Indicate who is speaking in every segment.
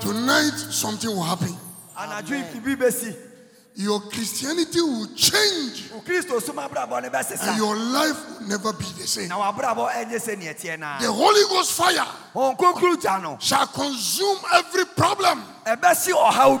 Speaker 1: Tonight, something will happen.
Speaker 2: anadwo yi biribi bɛsi
Speaker 1: Your Christianity will change,
Speaker 2: wo kristo som abrabɔ no
Speaker 1: and
Speaker 2: bɛsesa
Speaker 1: your life will never be the same.
Speaker 2: na w'abrabɔ ɛnyɛ sɛ neɛ teɛ naa
Speaker 1: The Holy Ghost fire
Speaker 2: hon kokuru gya no
Speaker 1: shall consume every problem
Speaker 2: ɛbɛsi ɔhaw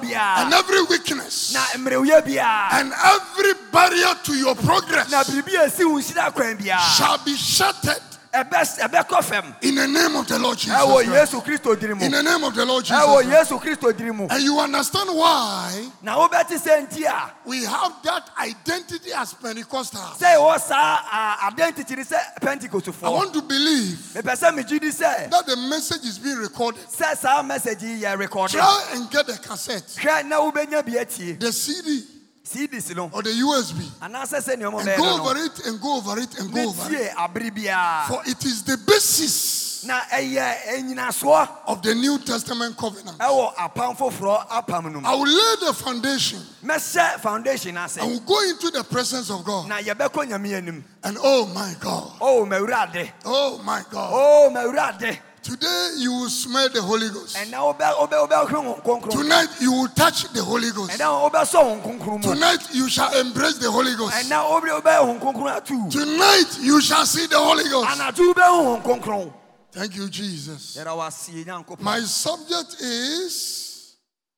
Speaker 1: and
Speaker 2: biara
Speaker 1: every weakness
Speaker 2: na mmerewuɛ biara
Speaker 1: and every barrier to your
Speaker 2: na
Speaker 1: progress
Speaker 2: biribi a ɛsi wo nhyira kwan biara
Speaker 1: shall be shattered
Speaker 2: ɛbɛs- ɛbɛkɔ fam
Speaker 1: in the name of the Lord Jesus.
Speaker 2: ɛwɔ
Speaker 1: Christ.
Speaker 2: yesu kristo diri
Speaker 1: In
Speaker 2: mu
Speaker 1: the name of the Lord Jesus.
Speaker 2: ɛwɔ
Speaker 1: Christ.
Speaker 2: yesu kristo diri mu
Speaker 1: And you understand why
Speaker 2: na wobɛte sɛ nti a
Speaker 1: we have that identity as Pentecostals.
Speaker 2: sɛ ɛwɔ saa a- identity no sɛ
Speaker 1: I
Speaker 2: pentecostefoɔ
Speaker 1: want to believe
Speaker 2: mepɛ sɛ megye di sɛ
Speaker 1: that the message is being recorded.
Speaker 2: sɛ saa message yi yɛ rekɔde
Speaker 1: Try and get the cassette,
Speaker 2: hwɛ na wobɛnya bi atie
Speaker 1: the CD,
Speaker 2: cds no
Speaker 1: or the USB
Speaker 2: anaasɛ sɛ nneɔma
Speaker 1: Oh. and go
Speaker 2: bɛyɛ
Speaker 1: over it and go over it and
Speaker 2: no
Speaker 1: go
Speaker 2: no
Speaker 1: over it.
Speaker 2: metie abere biara
Speaker 1: For it is the basis
Speaker 2: na ɛyɛ ɛnyinasoɔ
Speaker 1: of the New Testament covenant.
Speaker 2: ɛwɔ apam foforɔ apam no mu
Speaker 1: I will lay the foundation
Speaker 2: mɛhyɛ foundation ase
Speaker 1: and will go into the presence of God.
Speaker 2: na yɛbɛkɔ nyame anim
Speaker 1: And oh my God,
Speaker 2: o mawurade
Speaker 1: oh my God.
Speaker 2: o mawurade
Speaker 1: Today you will smell the Holy Ghost.
Speaker 2: ɛnɛ wobɛ- wobɛ- wobɛhwe wo kronkron
Speaker 1: Tonight you will touch the Holy Ghost.
Speaker 2: ɛnɛ wobɛsɔ wo nkronkron mu
Speaker 1: Tonight you shall embrace the Holy Ghost.
Speaker 2: ɛnɛ wobɛ- wobɛyɛ wo nkronkron atu
Speaker 1: Tonight you shall see the Holy Ghost.
Speaker 2: anadwo wobɛhu wo nkronkron
Speaker 1: Thank you, Jesus.
Speaker 2: yɛra wasie nyankopɔn
Speaker 1: My subject is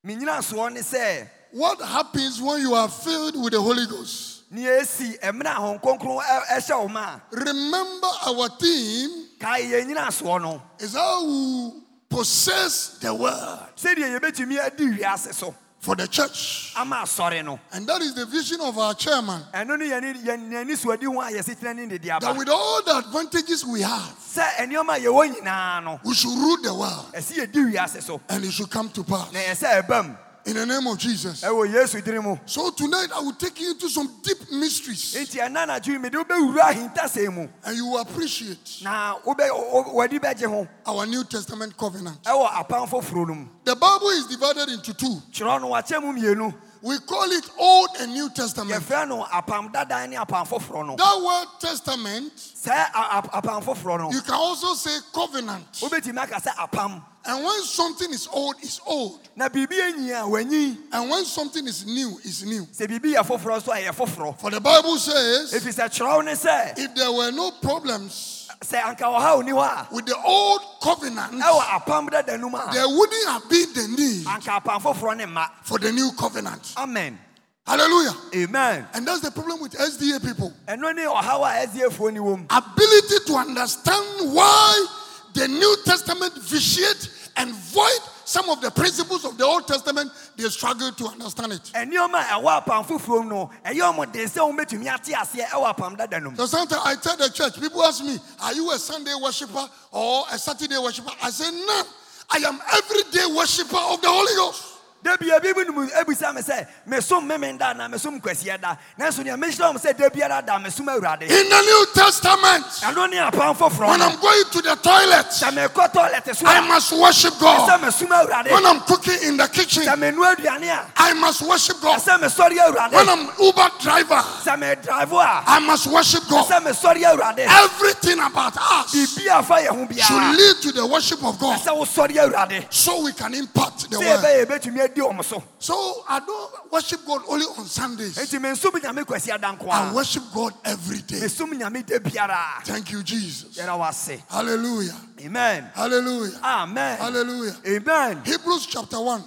Speaker 2: menyinasoɔ ne sɛ
Speaker 1: what happens when you are filled with the Holy Ghost.
Speaker 2: nea esi mmerɛ a wɔn kɔnkɔn ɛhyɛ wɔn a
Speaker 1: Remember, our theme
Speaker 2: kae yɛn nyinasoɔ no
Speaker 1: is how we possess the word
Speaker 2: sɛdeɛ yɛbɛtumi adi wiase so
Speaker 1: for the church.
Speaker 2: ama asɔre no
Speaker 1: And that is the vision of our chairman.
Speaker 2: ɛno ne yɛn yɛn yɛn nisuadi ho a yɛsi tena ne dede
Speaker 1: That
Speaker 2: aba
Speaker 1: with all the advantages we have,
Speaker 2: sɛ nneɛma a yɛwɔ nyinaa no
Speaker 1: we should rule the world
Speaker 2: ɛsi yɛdi wiase so
Speaker 1: and it should come to pass.
Speaker 2: na yɛsɛ ɛbam
Speaker 1: In the name of Jesus.
Speaker 2: ɛwɔ yesu diri mu
Speaker 1: So tonight I will take you into some deep mysteries
Speaker 2: nti ɛna anadwo yi mede wobɛwura ahintasɛm mu
Speaker 1: and you will appreciate
Speaker 2: na wobɛ wo- wo- w'ani bɛgye ho
Speaker 1: our New Testament covenant.
Speaker 2: ɛwɔ apam foforɔ no mu
Speaker 1: The Bible is divided into two.
Speaker 2: twerɛ no wakyɛ mu mmienu
Speaker 1: We call it Old and New Testament.
Speaker 2: yɛfrɛ no apam dadan ne apam foforɔ no
Speaker 1: That word testament,
Speaker 2: sɛ a- a- apam foforɔ no
Speaker 1: you can also say covenant.
Speaker 2: wobɛtumi aka sɛ apam
Speaker 1: And when something is old, it's old.
Speaker 2: na biribi anyi a wanyi
Speaker 1: And when something is new, it's new.
Speaker 2: sɛ biribi yɛ foforɔ nso a ɛyɛ foforɔ
Speaker 1: For the Bible says,
Speaker 2: ɛfiri sɛ kyerɛw ne sɛ
Speaker 1: if there were no problems
Speaker 2: sɛ anka ɔhaw ni hɔ a
Speaker 1: with the old covenant,
Speaker 2: ɛwɔ apam dada no mu a
Speaker 1: there wouldn't have been the need
Speaker 2: anka apam foforɔ ne mma
Speaker 1: for the new covenant.
Speaker 2: amen
Speaker 1: Hallelujah.
Speaker 2: amen
Speaker 1: And that's the problem with SDA people.
Speaker 2: ɛno ne ɔhaw a ɛsiefoɔ ni wɔm
Speaker 1: ability to understand why the New Testament vitiate and void some of the principles of the Old Testament, they struggle to understand it.
Speaker 2: ɛnneɛma a ɛwɔ apam foforɔ mu no ɛyɛ ɔmo den sɛ wɔbɛtumi ate aseɛ ɛwɔ apam dada no mu
Speaker 1: So sometimes I tell the church, people ask me, Are you a Sunday worshiper or a Saturday worshiper? I say, No, I am everyday worshiper of the Holy Ghost.
Speaker 2: dabi ebi bi numu ebisa mi sɛ mesom meme da na mesom kwasiɛ da nanso nea mehyira wɔn sɛ dabiara da mesom awurade
Speaker 1: In the New Testament,
Speaker 2: ɛno ne apam foforɔ
Speaker 1: when
Speaker 2: no
Speaker 1: I'm going to the toilet,
Speaker 2: sɛ mekɔ toilet so
Speaker 1: I
Speaker 2: a
Speaker 1: must worship
Speaker 2: ɛsɛ
Speaker 1: God.
Speaker 2: mesom awurade
Speaker 1: When I'm cooking in the kitchen,
Speaker 2: sɛ menua aduane a
Speaker 1: I must worship God.
Speaker 2: ɛsɛ mesɔre
Speaker 1: When
Speaker 2: awurade
Speaker 1: I'm Uber driver,
Speaker 2: sɛ medraivo a
Speaker 1: I must worship God.
Speaker 2: ɛsɛ mesɔre awurade
Speaker 1: Everything about us
Speaker 2: biribi a fa yɛ ho
Speaker 1: should
Speaker 2: biara
Speaker 1: lead to the worship of God
Speaker 2: ɛsɛ wosɔre awurade
Speaker 1: so we can impact the
Speaker 2: sɛ
Speaker 1: world.
Speaker 2: yɛbɛyɛ yɛbɛtumi adi ɔm so
Speaker 1: So I don't worship God only on Sundays.
Speaker 2: enti mensom nyame kwasi adanko
Speaker 1: I
Speaker 2: a
Speaker 1: worship God every day.
Speaker 2: mesom nyame da biara
Speaker 1: Thank you, Jesus.
Speaker 2: yɛra wase
Speaker 1: Hallelujah.
Speaker 2: amen Ah.
Speaker 1: Hallelujah.
Speaker 2: amen
Speaker 1: Hallelujah.
Speaker 2: amen
Speaker 1: Hebrews chapter 1.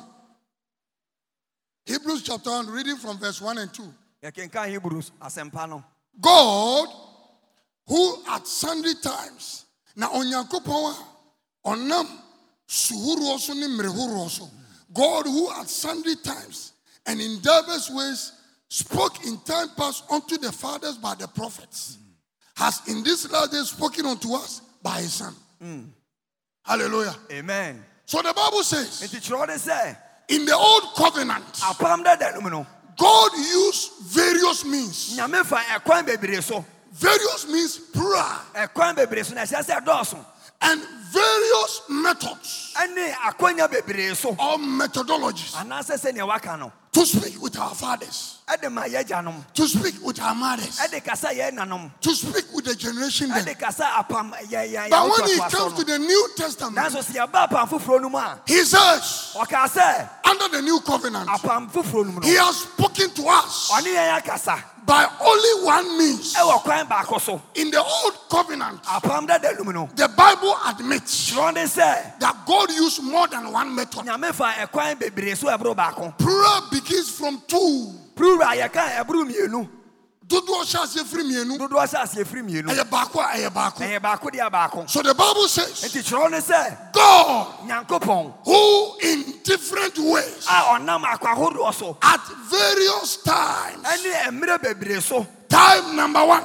Speaker 1: Hebrews chapter 1, reading from verse 1 and 2.
Speaker 2: yɛkenka hebrews asɛmpa no
Speaker 1: God, who at sundry times, na onyankopon a ɔnam suhuruo so ne mmerehuruo so, God who at sundry times and in diverse ways spoke in time past unto the fathers by the prophets, has in this last day spoken unto us by his son. Hallelujah.
Speaker 2: amen
Speaker 1: So the Bible says,
Speaker 2: enti kyerɛw ne sɛ
Speaker 1: in the old covenant,
Speaker 2: apam dada no mu no
Speaker 1: God used various means.
Speaker 2: nyame fa ɛkwan bebree so
Speaker 1: Various means plural.
Speaker 2: ɛkwan bebree so na ɛhyɛ sɛ ɛdɔɔso
Speaker 1: and various methods
Speaker 2: ɛne akwanya bebree so
Speaker 1: or methodologies
Speaker 2: anaasɛ sɛnea waka no
Speaker 1: to speak with our fathers,
Speaker 2: ɛde ma yɛ gyanom
Speaker 1: to speak with our mothers,
Speaker 2: ɛde kasa yɛ nanom
Speaker 1: to speak with the generation then.
Speaker 2: ɛde kasa apam yɛ yɛ
Speaker 1: But when
Speaker 2: yɛ
Speaker 1: it comes to the New Testament,
Speaker 2: nanso sɛ yɛba apam foforɔ no mu a
Speaker 1: he says,
Speaker 2: ɔkaa sɛ
Speaker 1: under the new covenant,
Speaker 2: apam foforɔ no mu
Speaker 1: he
Speaker 2: no
Speaker 1: has spoken to us
Speaker 2: ɔne yɛn akasa
Speaker 1: by only one means.
Speaker 2: ɛwɔ kwan baako so
Speaker 1: In the old covenant,
Speaker 2: apam dada num no
Speaker 1: the Bible admits
Speaker 2: kyerɛ ne sɛ
Speaker 1: that God used more than one method.
Speaker 2: nyame fa ɛkwan bebree so ɛboro baako
Speaker 1: Prayer begins from two.
Speaker 2: prura yɛka ɛboro mmienu
Speaker 1: Dodo ɔhyɛase firi mmienu.
Speaker 2: dodoɔ sɛ aseɛ firi mmienu
Speaker 1: Ɛyɛ baako a ɛyɛ baako.
Speaker 2: ɛyɛ baako deɛ baako
Speaker 1: So the Bible says,
Speaker 2: nti kyerɛ ne sɛ
Speaker 1: God,
Speaker 2: nyankopɔn
Speaker 1: who in different ways,
Speaker 2: a ɔnam akwahoroɔ so
Speaker 1: at various times,
Speaker 2: ɛne mmerɛ bebree so
Speaker 1: time number one,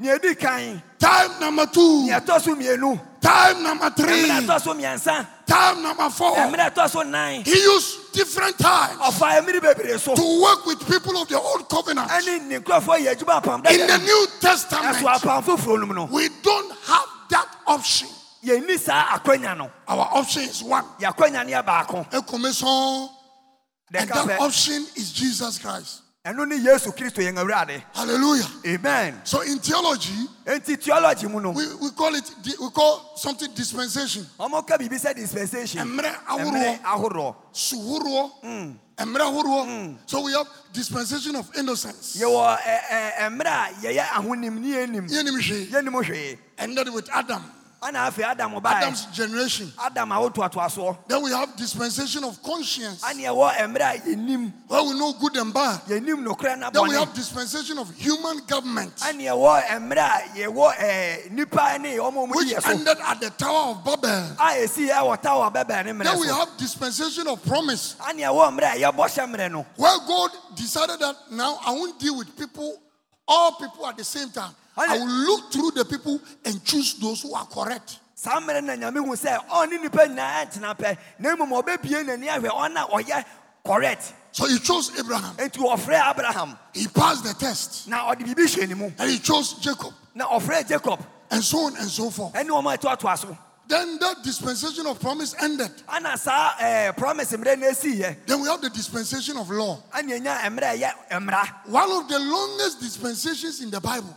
Speaker 2: nea ɛdi kan
Speaker 1: time number two,
Speaker 2: nea ɛtɔ so mmienu
Speaker 1: time number three,
Speaker 2: mmerɛ ɛtɔ so mmiɛnsa
Speaker 1: time number four.
Speaker 2: mmerɛ ɛtɔ so nan
Speaker 1: He used different times
Speaker 2: ɔfa mmiri bebree so
Speaker 1: to work with people of the old covenant.
Speaker 2: ɛne ne nkurɔfoɔ yɛ adwuma apam
Speaker 1: In the
Speaker 2: dada
Speaker 1: New
Speaker 2: ɛso
Speaker 1: Testament,
Speaker 2: apam foforɔ nom no
Speaker 1: we don't have that option.
Speaker 2: yɛnni saa akwanya no
Speaker 1: Our option is one.
Speaker 2: yɛakwanya no yɛ baako
Speaker 1: A commission, and
Speaker 2: dɛka
Speaker 1: that
Speaker 2: pɛ
Speaker 1: option is Jesus Christ.
Speaker 2: ɛno ne yesu kristo yɛn awurade
Speaker 1: Hallelujah.
Speaker 2: amen
Speaker 1: So in theology,
Speaker 2: enti theology mu no
Speaker 1: we, we call it di- we call something dispensation.
Speaker 2: ɔmɔka biribi sɛ dispensation
Speaker 1: Emre ahoroɔ,
Speaker 2: mmerɛ ahoroɔ
Speaker 1: suhoroɔ, emre ahoroɔ. So we have dispensation of innocence.
Speaker 2: yɛwɔ ɛ- ɛ- mmerɛ a yɛyɛ ahonim ne yɛnim
Speaker 1: Yɛnim hwee.
Speaker 2: yɛnim hwee
Speaker 1: Ended with Adam,
Speaker 2: ana afei adam baɛ
Speaker 1: Adam's generation.
Speaker 2: adam a wotoatoasoɔ
Speaker 1: Then we have dispensation of conscience,
Speaker 2: ane eh, ɛwɔ mmerɛ a yɛnim
Speaker 1: where we know good and bad.
Speaker 2: yɛnim nokorɛ na
Speaker 1: Then we
Speaker 2: bɔne
Speaker 1: have dispensation of human government.
Speaker 2: ɛne ɛwɔ mmerɛ a yɛwɔ ɛɛ, nnipa ne ɔma mu
Speaker 1: which
Speaker 2: yɛ so
Speaker 1: ended at the Tower of Babel.
Speaker 2: a ɛsii ɛwɔ tawa bɛbɛɛ ne
Speaker 1: Then we
Speaker 2: mmerɛ so
Speaker 1: have dispensation of promise,
Speaker 2: ane ɛwɔ mmerɛ a yɛbɔ hyɛ mmerɛ no
Speaker 1: where God decided that now I won't deal with people, all people at the same time. I will look through the people and choose those who are correct.
Speaker 2: saa mmerɛ na nyame hu sɛ ɔne nnipa nyinaa ɛntena pɛ na mmom ɔbɛbie n'ani ahwɛ ɔn a ɔyɛ correct
Speaker 1: So he chose Abraham.
Speaker 2: enti ɔfrɛ abraham
Speaker 1: He passed the test.
Speaker 2: na ɔde biribi hyɛ ne mu
Speaker 1: And he chose Jacob.
Speaker 2: na ɔfrɛ jacob
Speaker 1: And so on and so forth.
Speaker 2: ɛne ɔma ɛtoatoa so
Speaker 1: Then that dispensation of promise ended.
Speaker 2: ana saa ɛɛ, promise mmerɛ no ɛsiiɛ
Speaker 1: Then we have the dispensation of law.
Speaker 2: ane ɛnya mmerɛ a ɛyɛ mmara
Speaker 1: One of the longest dispensations in the Bible.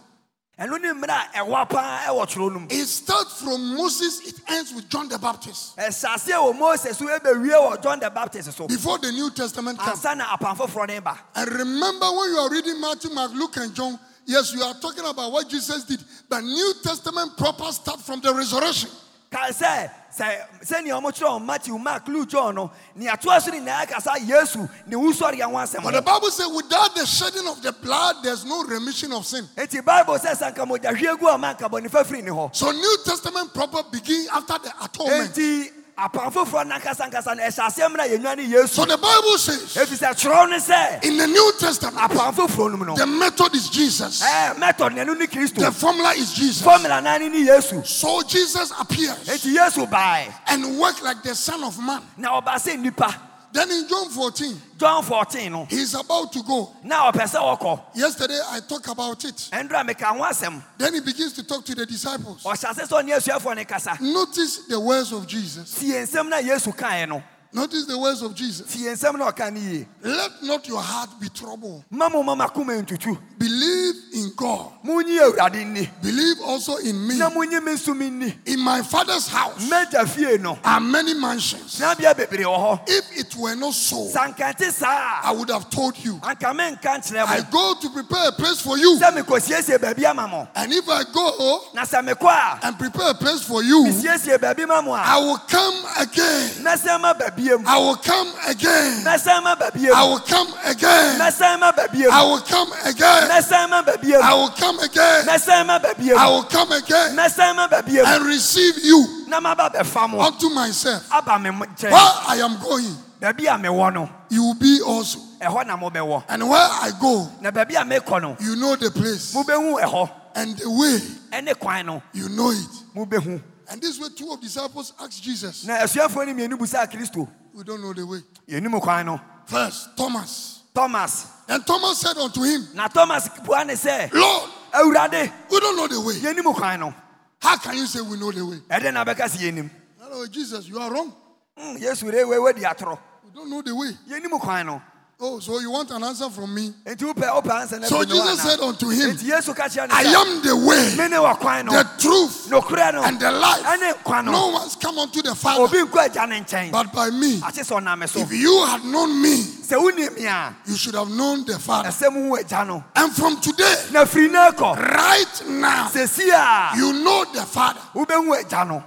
Speaker 2: ɛno ne mmerɛ a ɛwɔ paa ɛwɔ twerɛ no mu
Speaker 1: It starts from Moses, it ends with John the Baptist.
Speaker 2: ɛsase wɔ mose so ɛbɛwie wɔ john the baptist so
Speaker 1: Before the New Testament comes.
Speaker 2: ansa na apan foforɔ ne ba
Speaker 1: And remember when you are reading Matthew, Mark, Luke, and John, yes, you are talking about what Jesus did. But New Testament proper start from the resurrection.
Speaker 2: ka sɛ sɛ sɛnea ɔmokyerɛ ɔ matthew mark luke john no nea toa so ne nyinaa kasa yesu ne wusɔreɛ ho
Speaker 1: But
Speaker 2: asɛm
Speaker 1: the
Speaker 2: no
Speaker 1: Bible says, without the shedding of the blood, there's no remission of sin.
Speaker 2: enti bible sɛ sɛ anka mogyahwie gu a ma anka bɔnefa firi ne hɔ
Speaker 1: So New Testament proper begin after the atonement.
Speaker 2: enti apan foforɔ nankasankasa no ɛhyɛ aseɛ mmerɛ a yɛnwa ne
Speaker 1: So
Speaker 2: yesu
Speaker 1: the Bible says,
Speaker 2: ɛfiri sɛ kyerɛw ne sɛ
Speaker 1: in the New Testament,
Speaker 2: apan foforɔ nom no
Speaker 1: the method is Jesus.
Speaker 2: ɛɛ mɛtɔ neno ne
Speaker 1: The
Speaker 2: kristo
Speaker 1: formula is Jesus.
Speaker 2: fɔmula naa ne ne yesu
Speaker 1: So Jesus appears
Speaker 2: enti yesu bae
Speaker 1: and works like the Son of Man.
Speaker 2: na ɔba sɛ nnipa
Speaker 1: Then in John 14,
Speaker 2: john 14 no
Speaker 1: he's about to go.
Speaker 2: na ɔpɛ sɛ ɔkɔ
Speaker 1: Yesterday I talked about it.
Speaker 2: ɛndra meka ho asɛm
Speaker 1: Then he begins to talk to the disciples.
Speaker 2: ɔhyɛ ase sɛ ɔne asuafoɔ ne kasa
Speaker 1: Notice the words of Jesus.
Speaker 2: tie nsɛm na yesu kaeɛ no
Speaker 1: Notice the words of Jesus.
Speaker 2: tie nsɛm na ɔka no yie
Speaker 1: Let not your heart be troubled.
Speaker 2: ma mo ma makoma ntutu
Speaker 1: Believe in God.
Speaker 2: monyi awurade nni
Speaker 1: Believe also in me.
Speaker 2: na monyi me nso me nni
Speaker 1: In my father's house
Speaker 2: mɛgya fie no
Speaker 1: are many mansions.
Speaker 2: nabea bebree wɔ hɔ
Speaker 1: If it were not so,
Speaker 2: sɛ anka nte saa
Speaker 1: I would have told you.
Speaker 2: a anka menka nkyerɛ
Speaker 1: I
Speaker 2: mo
Speaker 1: go to prepare a place for you.
Speaker 2: sɛ mekɔsiesie baabi ama mo
Speaker 1: And if I go
Speaker 2: na sɛ mekɔ a
Speaker 1: and prepare a place for you,
Speaker 2: mesiesie baabi ma mo a
Speaker 1: I will come again.
Speaker 2: mɛsɛn ma baabiem
Speaker 1: I will come again.
Speaker 2: mɛsɛn ma
Speaker 1: I
Speaker 2: baabiem
Speaker 1: will come again.
Speaker 2: mɛsɛn ma baabiem
Speaker 1: I will come again.
Speaker 2: mɛsɛn ma
Speaker 1: I
Speaker 2: baabiem
Speaker 1: will come again.
Speaker 2: mɛsɛn ma
Speaker 1: I
Speaker 2: baabiem
Speaker 1: will come again
Speaker 2: mɛsɛn ma baabiem
Speaker 1: and receive you
Speaker 2: na maba bɛfa mo
Speaker 1: unto myself.
Speaker 2: aba me mo- nkyɛn
Speaker 1: Where I am going,
Speaker 2: baabi a mewɔ no
Speaker 1: you will be also.
Speaker 2: ɛhɔ na mobɛwɔ
Speaker 1: And where I go,
Speaker 2: na baabi a mekɔ no
Speaker 1: you know the place.
Speaker 2: mobɛhu ɛhɔ
Speaker 1: And the way,
Speaker 2: ɛne kwan no
Speaker 1: you know it.
Speaker 2: mobɛhu
Speaker 1: And this way, two of disciples asked Jesus,
Speaker 2: na asuafoɔ no mmienu busaa kristo
Speaker 1: We don't know the way.
Speaker 2: yɛnim kwan no
Speaker 1: First, Thomas.
Speaker 2: thomas
Speaker 1: And Thomas said unto him,
Speaker 2: na thomas bua ne sɛ
Speaker 1: Lord,
Speaker 2: awurade
Speaker 1: we don't know the way.
Speaker 2: yɛnim kwan no
Speaker 1: How can you say we know the way?
Speaker 2: ɛdɛn na bɛka sɛ yɛnim
Speaker 1: Hello, Jesus, you are wrong.
Speaker 2: Mm, yesu re wei wadi atorɔ
Speaker 1: We don't know the way.
Speaker 2: yɛnim kwan no
Speaker 1: Oh, so you want an answer from me?
Speaker 2: nti wopɛ wopɛ answer no
Speaker 1: So
Speaker 2: afiri ne hɔ
Speaker 1: Jesus
Speaker 2: anaa?
Speaker 1: said unto him,
Speaker 2: nti yesu ka kyerɛ no
Speaker 1: I
Speaker 2: sɛ
Speaker 1: am the way,
Speaker 2: mene wɔ kwan no
Speaker 1: the truth,
Speaker 2: nokorɛ no
Speaker 1: and the
Speaker 2: ɛne
Speaker 1: life.
Speaker 2: kwa
Speaker 1: No
Speaker 2: no
Speaker 1: one's come unto the Father
Speaker 2: obi nkɔ agya ne nkyɛn
Speaker 1: but by me.
Speaker 2: akye sɛ ɔname so
Speaker 1: If you had known me,
Speaker 2: sɛ wonim me a
Speaker 1: you should have known the Father.
Speaker 2: ɛsɛ mu wo agya no
Speaker 1: And from today,
Speaker 2: na firi no akɔ
Speaker 1: right now,
Speaker 2: sɛsi a
Speaker 1: you know the Father.
Speaker 2: wobɛhu agya no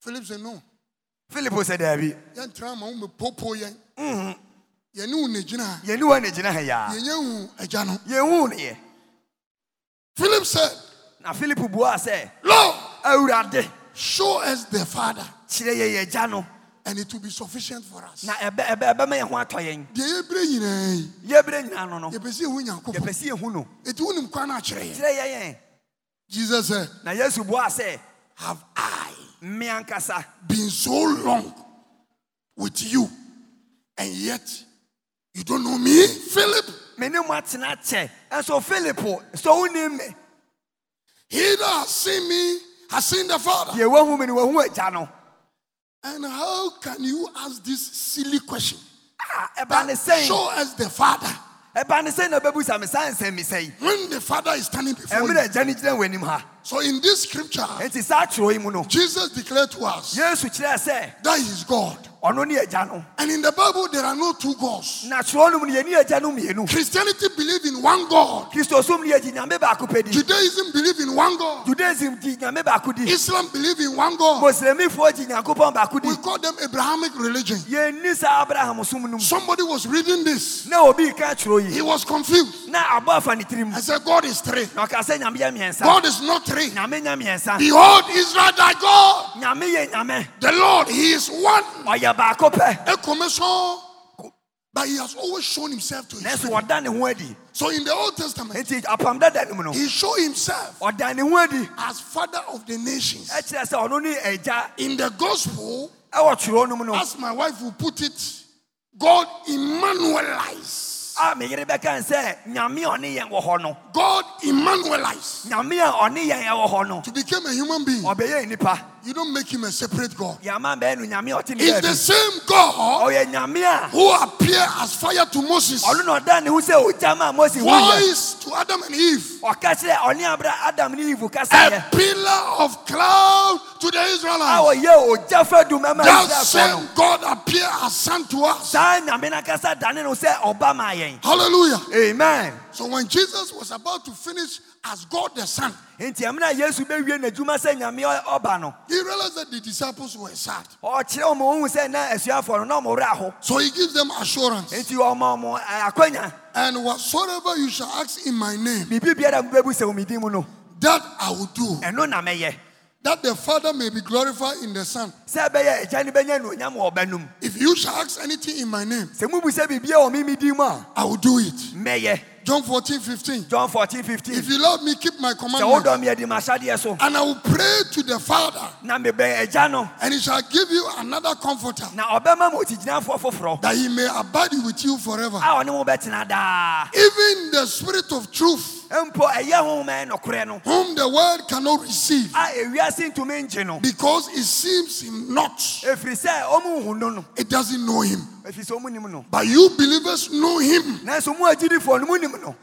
Speaker 1: Philip said, No.
Speaker 2: filipo sɛ daabi
Speaker 1: yɛn tra ma wo me popo yɛn yɛne wo na gyina ha
Speaker 2: yɛni wa ne gyina ha yia
Speaker 1: yɛnyɛ hu agya no
Speaker 2: yɛhu no yɛ
Speaker 1: philip said
Speaker 2: na filipo buaa sɛ
Speaker 1: lord
Speaker 2: awurade
Speaker 1: show us the father
Speaker 2: kyerɛ yɛ yɛ agya no
Speaker 1: and it will be sufficient for us
Speaker 2: na ɛbɛ ɛbɛ ɛbɛma yɛn ho atɔ yɛn
Speaker 1: deɛ yɛbrɛ nyinaa yi
Speaker 2: yɛbrɛ nyinaa no no
Speaker 1: yɛpɛ sɛ yɛhu nyankopɔn
Speaker 2: yɛpɛ sɛ yɛhu no
Speaker 1: ɛti wonim kwa no akyerɛ yɛ
Speaker 2: kyerɛ yɛ yɛn
Speaker 1: jesus said
Speaker 2: na yesu buaa sɛ
Speaker 1: have i
Speaker 2: me ankasa
Speaker 1: been so long with you and yet you don't know me philip
Speaker 2: me ne mo atena kyɛ ɛnso filipo sɛ wonim me
Speaker 1: he that has seen me has seen the father
Speaker 2: deɛ wahu me no wahu agya no
Speaker 1: and how can you ask this silly question
Speaker 2: Ah, ɛba ne sɛn
Speaker 1: show us the father
Speaker 2: ɛba ne sɛn na bɛbusa me saa nsɛm mi sɛn
Speaker 1: when the father is standing before you.
Speaker 2: ɛmmerɛ agya no gyina w'anim ha
Speaker 1: So in this scripture,
Speaker 2: enti saa kyerɛ yi mu no
Speaker 1: Jesus declared to us
Speaker 2: yesu kyerɛɛ sɛ
Speaker 1: that he is God.
Speaker 2: ɔno ne agya no
Speaker 1: And in the Bible, there are no two gods.
Speaker 2: na kyerɛ no mu no yɛni agya no mmienu
Speaker 1: Christianity believes in one God.
Speaker 2: kristosom no yɛgyi nyame baako pɛ di
Speaker 1: Judaism believes in one God.
Speaker 2: judaism gyi nyame baako di
Speaker 1: Islam believes in one God.
Speaker 2: moslemifoɔ gyi nyankopɔn baako di
Speaker 1: We call them Abrahamic religion.
Speaker 2: yɛnni saa abraham som no mu
Speaker 1: Somebody was reading this.
Speaker 2: na obi ka kyerɛ
Speaker 1: He
Speaker 2: yi
Speaker 1: was confused.
Speaker 2: na abɔ afa ne tirim
Speaker 1: I said, God is three.
Speaker 2: na ɔka sɛ nyame yɛ mmiɛnsa
Speaker 1: God is not three.
Speaker 2: nyame nya mmiɛnsa
Speaker 1: Behold, Israel thy God.
Speaker 2: nyame yɛ nyame
Speaker 1: The Lord, he is one.
Speaker 2: ɔyɛ baako pɛ
Speaker 1: A commission. But he has always shown himself to his
Speaker 2: nanso
Speaker 1: people.
Speaker 2: wɔda ne ho adi
Speaker 1: So in the Old Testament,
Speaker 2: enti apam dada no mu no
Speaker 1: He showed himself
Speaker 2: ɔda ne ho adi
Speaker 1: as father of the nations.
Speaker 2: ɛkyerɛ sɛ ɔno ne agya
Speaker 1: In the gospel,
Speaker 2: ɛwɔ kyerɛ no mu no
Speaker 1: as my wife will put it, God Emmanuelize.
Speaker 2: a me yere bɛka n sɛ nyame a ɔne yɛn wɔ hɔ no
Speaker 1: God Emmanuelize.
Speaker 2: nyame a ɔne yɛn ɛwɔ hɔ no
Speaker 1: To become a human being,
Speaker 2: ɔbɛyɛ nnipa
Speaker 1: you don't make him a separate God.
Speaker 2: yɛama bɛɛ no nyame a ɔte ne
Speaker 1: It's the
Speaker 2: baabi
Speaker 1: same God
Speaker 2: ɔyɛ nyame a
Speaker 1: who appeared as fire to Moses,
Speaker 2: ɔno na ɔda ne ho sɛ ogya ma mose wuyɛ
Speaker 1: voice to Adam and Eve,
Speaker 2: ɔka kyerɛ ɔne abra adam ne ivu kasa
Speaker 1: a
Speaker 2: yɛ
Speaker 1: pillar of cloud to the
Speaker 2: a
Speaker 1: Israelites.
Speaker 2: ɔyɛ ogya fa dum ɛma
Speaker 1: That
Speaker 2: israelfoɔ
Speaker 1: same
Speaker 2: no
Speaker 1: God appeared as son to us.
Speaker 2: saa nyame no ankasa dane no sɛ ɔba ma yɛn
Speaker 1: Hallelujah.
Speaker 2: amen
Speaker 1: So when Jesus was about to finish as God the Son,
Speaker 2: enti ɛmena yesu bɛwie n'adwuma sɛ nyame ɔ- ɔba no
Speaker 1: he realized that the disciples were sad.
Speaker 2: ɔkyerɛ ɔma ɔhu sɛ na asuafoɔ no na ɔmwerɛ ho
Speaker 1: So he gives them assurance.
Speaker 2: enti ɔma ɔmo ɛ, akwanya
Speaker 1: And whatsoever you shall ask in my name,
Speaker 2: biribi biara mobɛbu sɛ womedin mu no
Speaker 1: that I will do,
Speaker 2: ɛno na mɛyɛ
Speaker 1: that the Father may be glorified in the Son.
Speaker 2: sɛ ɛbɛyɛ agya no bɛnya nuonyam wɔ ɔba no mu
Speaker 1: If you shall ask anything in my name,
Speaker 2: sɛ mubu sɛ biribia wɔ memedin mu a
Speaker 1: I will do it.
Speaker 2: mɛyɛ
Speaker 1: John 14, 15.
Speaker 2: john 14
Speaker 1: If
Speaker 2: 15
Speaker 1: you love me, keep my
Speaker 2: sɛ
Speaker 1: commandments.
Speaker 2: wodɔ meyɛdi m'ahyɛdeɛ so
Speaker 1: And I will pray to the Father,
Speaker 2: na mebɛn agya no
Speaker 1: and he shall give you another comforter,
Speaker 2: na ɔbɛma mo otigyinafoɔ foforɔ
Speaker 1: that he may abide with you forever.
Speaker 2: a ɔne mo bɛtena daa
Speaker 1: Even the Spirit of truth,
Speaker 2: mpo ɛyɛ honhoma ɛnokorɛ no
Speaker 1: whom the world cannot receive.
Speaker 2: a ewiase ntumi ngye no
Speaker 1: because it seems him not.
Speaker 2: ɛfiri sɛ ɔmo nhu no no
Speaker 1: It doesn't know him.
Speaker 2: ɛfiri sɛ ɔmo nim no
Speaker 1: But you believers know him
Speaker 2: nanso mo agyidifoɔ no mo nim no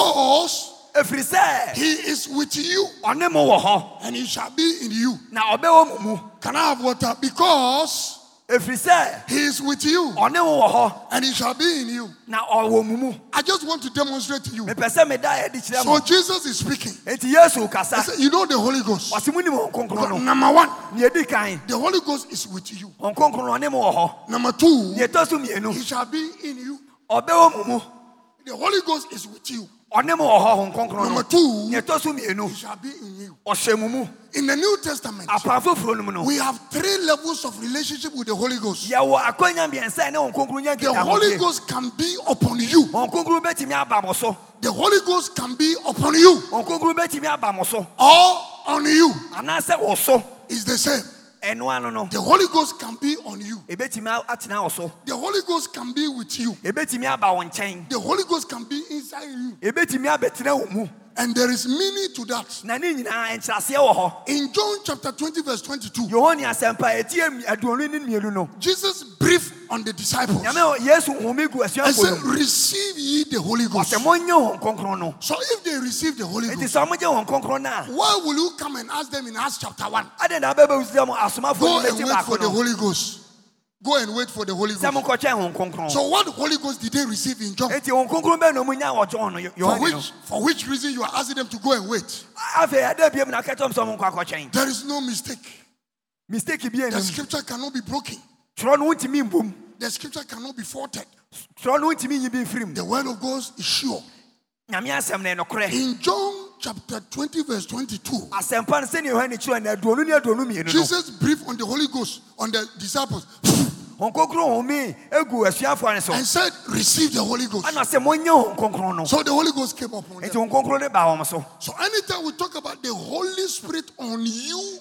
Speaker 1: because
Speaker 2: ɛfiri sɛ
Speaker 1: he is with you
Speaker 2: ɔne mo wɔ hɔ
Speaker 1: and he shall be in you.
Speaker 2: na ɔbɛwɔ mo mu
Speaker 1: Can I have water? Because
Speaker 2: ɛfiri sɛ
Speaker 1: he is with you
Speaker 2: ɔne mo wɔ hɔ
Speaker 1: and he shall be in you.
Speaker 2: na ɔwɔ mo mu
Speaker 1: I just want to demonstrate to you.
Speaker 2: mepɛ sɛ meda ɛde kyerɛ
Speaker 1: So
Speaker 2: mo
Speaker 1: Jesus is speaking.
Speaker 2: enti yesu
Speaker 1: He
Speaker 2: kasa
Speaker 1: said, You know the Holy Ghost.
Speaker 2: ɔse mo nim ɔnkonkron no
Speaker 1: Number one,
Speaker 2: ne ɛdi kan
Speaker 1: the Holy Ghost is with you.
Speaker 2: ɔnkonkron no, ɔne mo wɔ hɔ
Speaker 1: Number two,
Speaker 2: ne ɛtɔ so
Speaker 1: he
Speaker 2: mmienu
Speaker 1: shall be in you.
Speaker 2: ɔbɛwɔ mo mu
Speaker 1: The Holy Ghost is with you.
Speaker 2: ɔne mo wɔ hɔ honkonkron no
Speaker 1: Number two,
Speaker 2: nea ɛtɔ so
Speaker 1: he
Speaker 2: mmienu
Speaker 1: shall be in you.
Speaker 2: ɔhyɛ mu mu
Speaker 1: In the New Testament,
Speaker 2: apam foforɔ no mu no
Speaker 1: We have three levels of relationship with the Holy Ghost.
Speaker 2: yɛwɔ akwanya mmiɛnsa a ne wɔn konkron nya
Speaker 1: The Holy
Speaker 2: nkitahodie
Speaker 1: Ghost can be upon you.
Speaker 2: wɔn konkron bɛtumi aba mo so
Speaker 1: The Holy Ghost can be upon you
Speaker 2: wɔn konkron bɛtumi aba mo so
Speaker 1: or on you.
Speaker 2: anaasɛ wɔ so
Speaker 1: It's the same.
Speaker 2: ɛnoa no no
Speaker 1: The Holy Ghost can be on you.
Speaker 2: ebɛtumi a- atena wɔ so
Speaker 1: The Holy Ghost can be with you.
Speaker 2: ebɛtumi aba wɔn nkyɛn
Speaker 1: The Holy Ghost can be inside you.
Speaker 2: ebɛtumi abɛtena wɔn mu
Speaker 1: And there is meaning to that.
Speaker 2: na ne nyinaa nkyerɛaseɛ wɔ hɔ
Speaker 1: In John chapter 20, verse 22,
Speaker 2: yohane asɛmpa eti aduonu ne mmienu no
Speaker 1: Jesus briefed on the disciples.
Speaker 2: nyame wɔ- yesu homi gu
Speaker 1: And
Speaker 2: asuafoɔ no
Speaker 1: said,
Speaker 2: mu
Speaker 1: Receive ye the Holy Ghost.
Speaker 2: sɛ monyɛ wɔn kronkron no
Speaker 1: So if they receive the Holy
Speaker 2: nti
Speaker 1: Ghost,
Speaker 2: sɛ ɔmogye wɔn kronkron no a
Speaker 1: why will you come and ask them in Acts chapter 1?
Speaker 2: adɛn na abɛbɛwu sɛ mo
Speaker 1: Go
Speaker 2: asomafoɔ
Speaker 1: and
Speaker 2: no
Speaker 1: wait for
Speaker 2: baako
Speaker 1: the
Speaker 2: no
Speaker 1: Holy Ghost. Go and wait for the Holy
Speaker 2: sɛ
Speaker 1: Ghost.
Speaker 2: monkɔkyɛn wɔn kronkron
Speaker 1: So what Holy Ghost did they receive in John?
Speaker 2: enti wɔn kronkron bɛɛ na ɔmu nya wɔ john no Yo-
Speaker 1: For
Speaker 2: yohane
Speaker 1: which,
Speaker 2: no
Speaker 1: for which reason you are asking them to go and wait?
Speaker 2: afei ɛda biem na kɛtɔm sɛ monkɔ akɔkyɛn
Speaker 1: There is no mistake.
Speaker 2: mistake bi
Speaker 1: The
Speaker 2: anim
Speaker 1: scripture cannot be broken.
Speaker 2: twerɛ no wontumi mbom
Speaker 1: The scripture cannot be faulted.
Speaker 2: twerɛ no wontumi nyi bi mfirim
Speaker 1: The word of God is sure.
Speaker 2: nyame asɛm no ɛnokorɛ
Speaker 1: In John chapter 20, verse 22,
Speaker 2: asɛmpa no sɛnea yohane kyerɛ no aduonu ne aduonu mmienu no
Speaker 1: Jesus briefed on the Holy Ghost, on the disciples,
Speaker 2: wɔn kronkron homi egu asuafoɔ no so
Speaker 1: and said, Receive the Holy Ghost.
Speaker 2: ana sɛ monyɛ wɔn kronkron no
Speaker 1: So the Holy Ghost came upon
Speaker 2: enti
Speaker 1: them.
Speaker 2: wɔn kronkron no ba wɔn so
Speaker 1: So anytime we talk about the Holy Spirit on you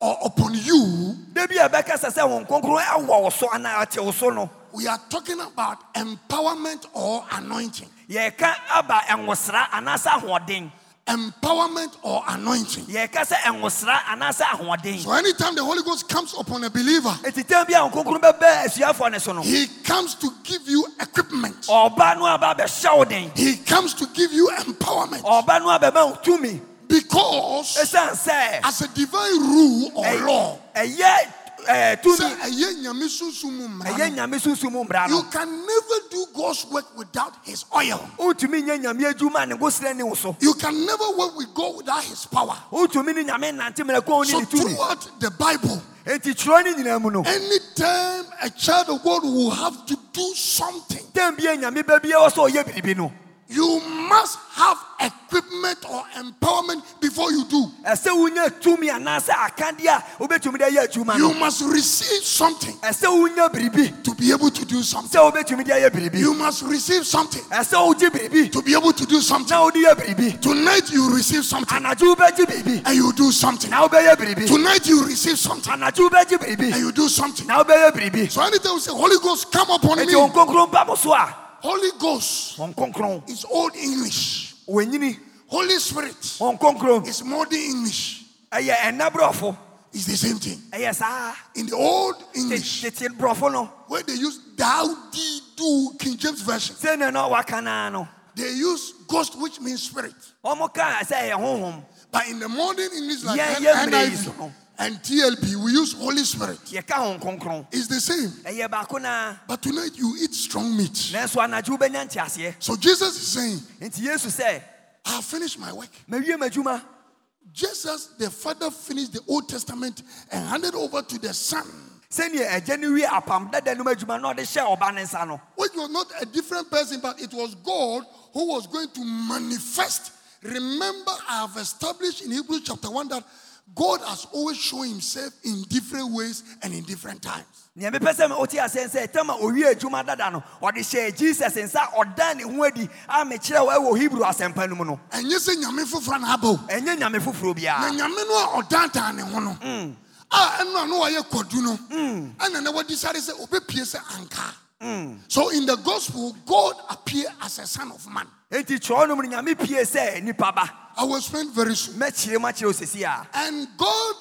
Speaker 1: or upon you,
Speaker 2: da bi a ɛbɛkasa sɛ wɔn kronkron ɛwɔ wo so anaa ɛte wo so no
Speaker 1: we are talking about empowerment or anointing.
Speaker 2: yɛka aba ɛnwosra anaasɛ ahoɔden
Speaker 1: Empowerment or anointing.
Speaker 2: yɛka sɛ ɛnwosra anaasɛ ahoɔden
Speaker 1: So anytime the Holy Ghost comes upon a believer,
Speaker 2: enti tam bi a wɔn kronkron bɛbɛ asuafoɔ no so no
Speaker 1: he comes to give you equipment.
Speaker 2: ɔba no aba bɛhyɛ wo den
Speaker 1: He comes to give you empowerment
Speaker 2: ɔba no abɛma wo tumi
Speaker 1: because
Speaker 2: ɛsiane sɛ
Speaker 1: as a divine rule or
Speaker 2: Hey.
Speaker 1: law,
Speaker 2: ɛyɛ ɛɛ
Speaker 1: say,
Speaker 2: tumi
Speaker 1: "Ɛyɛ Nyame sunsum mu mmara
Speaker 2: ɛyɛ
Speaker 1: no,"
Speaker 2: nyame sunsun mu mbra
Speaker 1: you
Speaker 2: no
Speaker 1: can never do God's work without his oil.
Speaker 2: wotumi nye nyame adwuma ne gosirɛ ne wo so
Speaker 1: You can never work with God without his power.
Speaker 2: wotumi ne nyame nante mmerɛ kɔn ne
Speaker 1: So
Speaker 2: ne tumi
Speaker 1: throughout the Bible,
Speaker 2: enti twerɛ ne nyinaa mu no
Speaker 1: anytime a child of God will have to do something,
Speaker 2: tam bia nyame ba bia wɔ sɛ ɔyɛ biribi no
Speaker 1: you must have equipment or empowerment before you do.
Speaker 2: ɛsɛ wonya tumi anaasɛ akadeɛ a wobɛtumi de ayɛ adwuma
Speaker 1: You
Speaker 2: no
Speaker 1: must receive something
Speaker 2: ɛsɛ wonya biribi
Speaker 1: to be able to do something.
Speaker 2: sɛ wobɛtumi de ayɛ biribi
Speaker 1: You must receive something
Speaker 2: ɛsɛ wogye biribi
Speaker 1: to be able to do something.
Speaker 2: na wode yɛ biribi
Speaker 1: Tonight you receive something
Speaker 2: anadwo wobɛgye biribi
Speaker 1: and you do something.
Speaker 2: na wobɛyɛ biribi
Speaker 1: Tonight you receive something
Speaker 2: anadwo wobɛgye
Speaker 1: and
Speaker 2: biribi
Speaker 1: you do something.
Speaker 2: na wobɛyɛ biribi
Speaker 1: So anytime we say, Holy Ghost, come upon
Speaker 2: enti
Speaker 1: me.
Speaker 2: ɔnkonkron ba mo so a
Speaker 1: Holy Ghost
Speaker 2: ɔnkonkron
Speaker 1: is old English.
Speaker 2: wɔnyini
Speaker 1: Holy Spirit
Speaker 2: ɔnkonkron
Speaker 1: is modern English.
Speaker 2: ɛyɛ ɛna borɔfo
Speaker 1: It's the same thing.
Speaker 2: ɛyɛ saa
Speaker 1: In the old
Speaker 2: te-
Speaker 1: English,
Speaker 2: tete borɔfo no
Speaker 1: where they use thou dee do King James Version,
Speaker 2: sɛne na ɔwaka naa no
Speaker 1: they use ghost, which means spirit.
Speaker 2: ɔmo kaa sɛ ɛyɛ honhom
Speaker 1: But in the modern English, like
Speaker 2: Yeah,
Speaker 1: N-
Speaker 2: yeah, please.
Speaker 1: NIV and TLB, we use Holy Spirit.
Speaker 2: yɛka ho nkonkron
Speaker 1: It's the same.
Speaker 2: ɛyɛ baako naa
Speaker 1: But tonight you eat strong meat.
Speaker 2: nanso anadwo wobɛnya nteaseɛ
Speaker 1: So Jesus is saying,
Speaker 2: nti yesu sɛ
Speaker 1: I have finished my work.
Speaker 2: mawie m'adwuma
Speaker 1: Just as the Father finished the Old Testament and handed over to the Son,
Speaker 2: sɛnea agya no wie apam dada nom adwuma na ɔde hyɛ ɔba ne nsa no
Speaker 1: which was not a different person, but it was God who was going to manifest. Remember, I have established in Hebrews chapter 1 that God has always shown himself in different ways and in different times.
Speaker 2: nea mepɛ sɛ ɔte asɛm sɛ ɛtam a owie adwuma dada no ɔde hyɛɛ jesus nsa ɔdan ne ho adi a mekyerɛ wo ɛwɔ hebru asɛmpa no mu no
Speaker 1: And yes, nyame foforɔ na aba o.
Speaker 2: ɛnyɛ nyame foforɔ
Speaker 1: Na
Speaker 2: biara
Speaker 1: nyame no a ɔdantan ne ho no. A ɛno a na wayɛ kwadu no. Ɛna na wadi sare sɛ obɛpie sɛ anka. So in the gospel, God appeared as a son of man.
Speaker 2: enti kyerɛ nom no nyame pie sɛ nnipa ba
Speaker 1: I will explain very soon.
Speaker 2: mɛkyerɛ mu akyerɛ osesi a
Speaker 1: And God,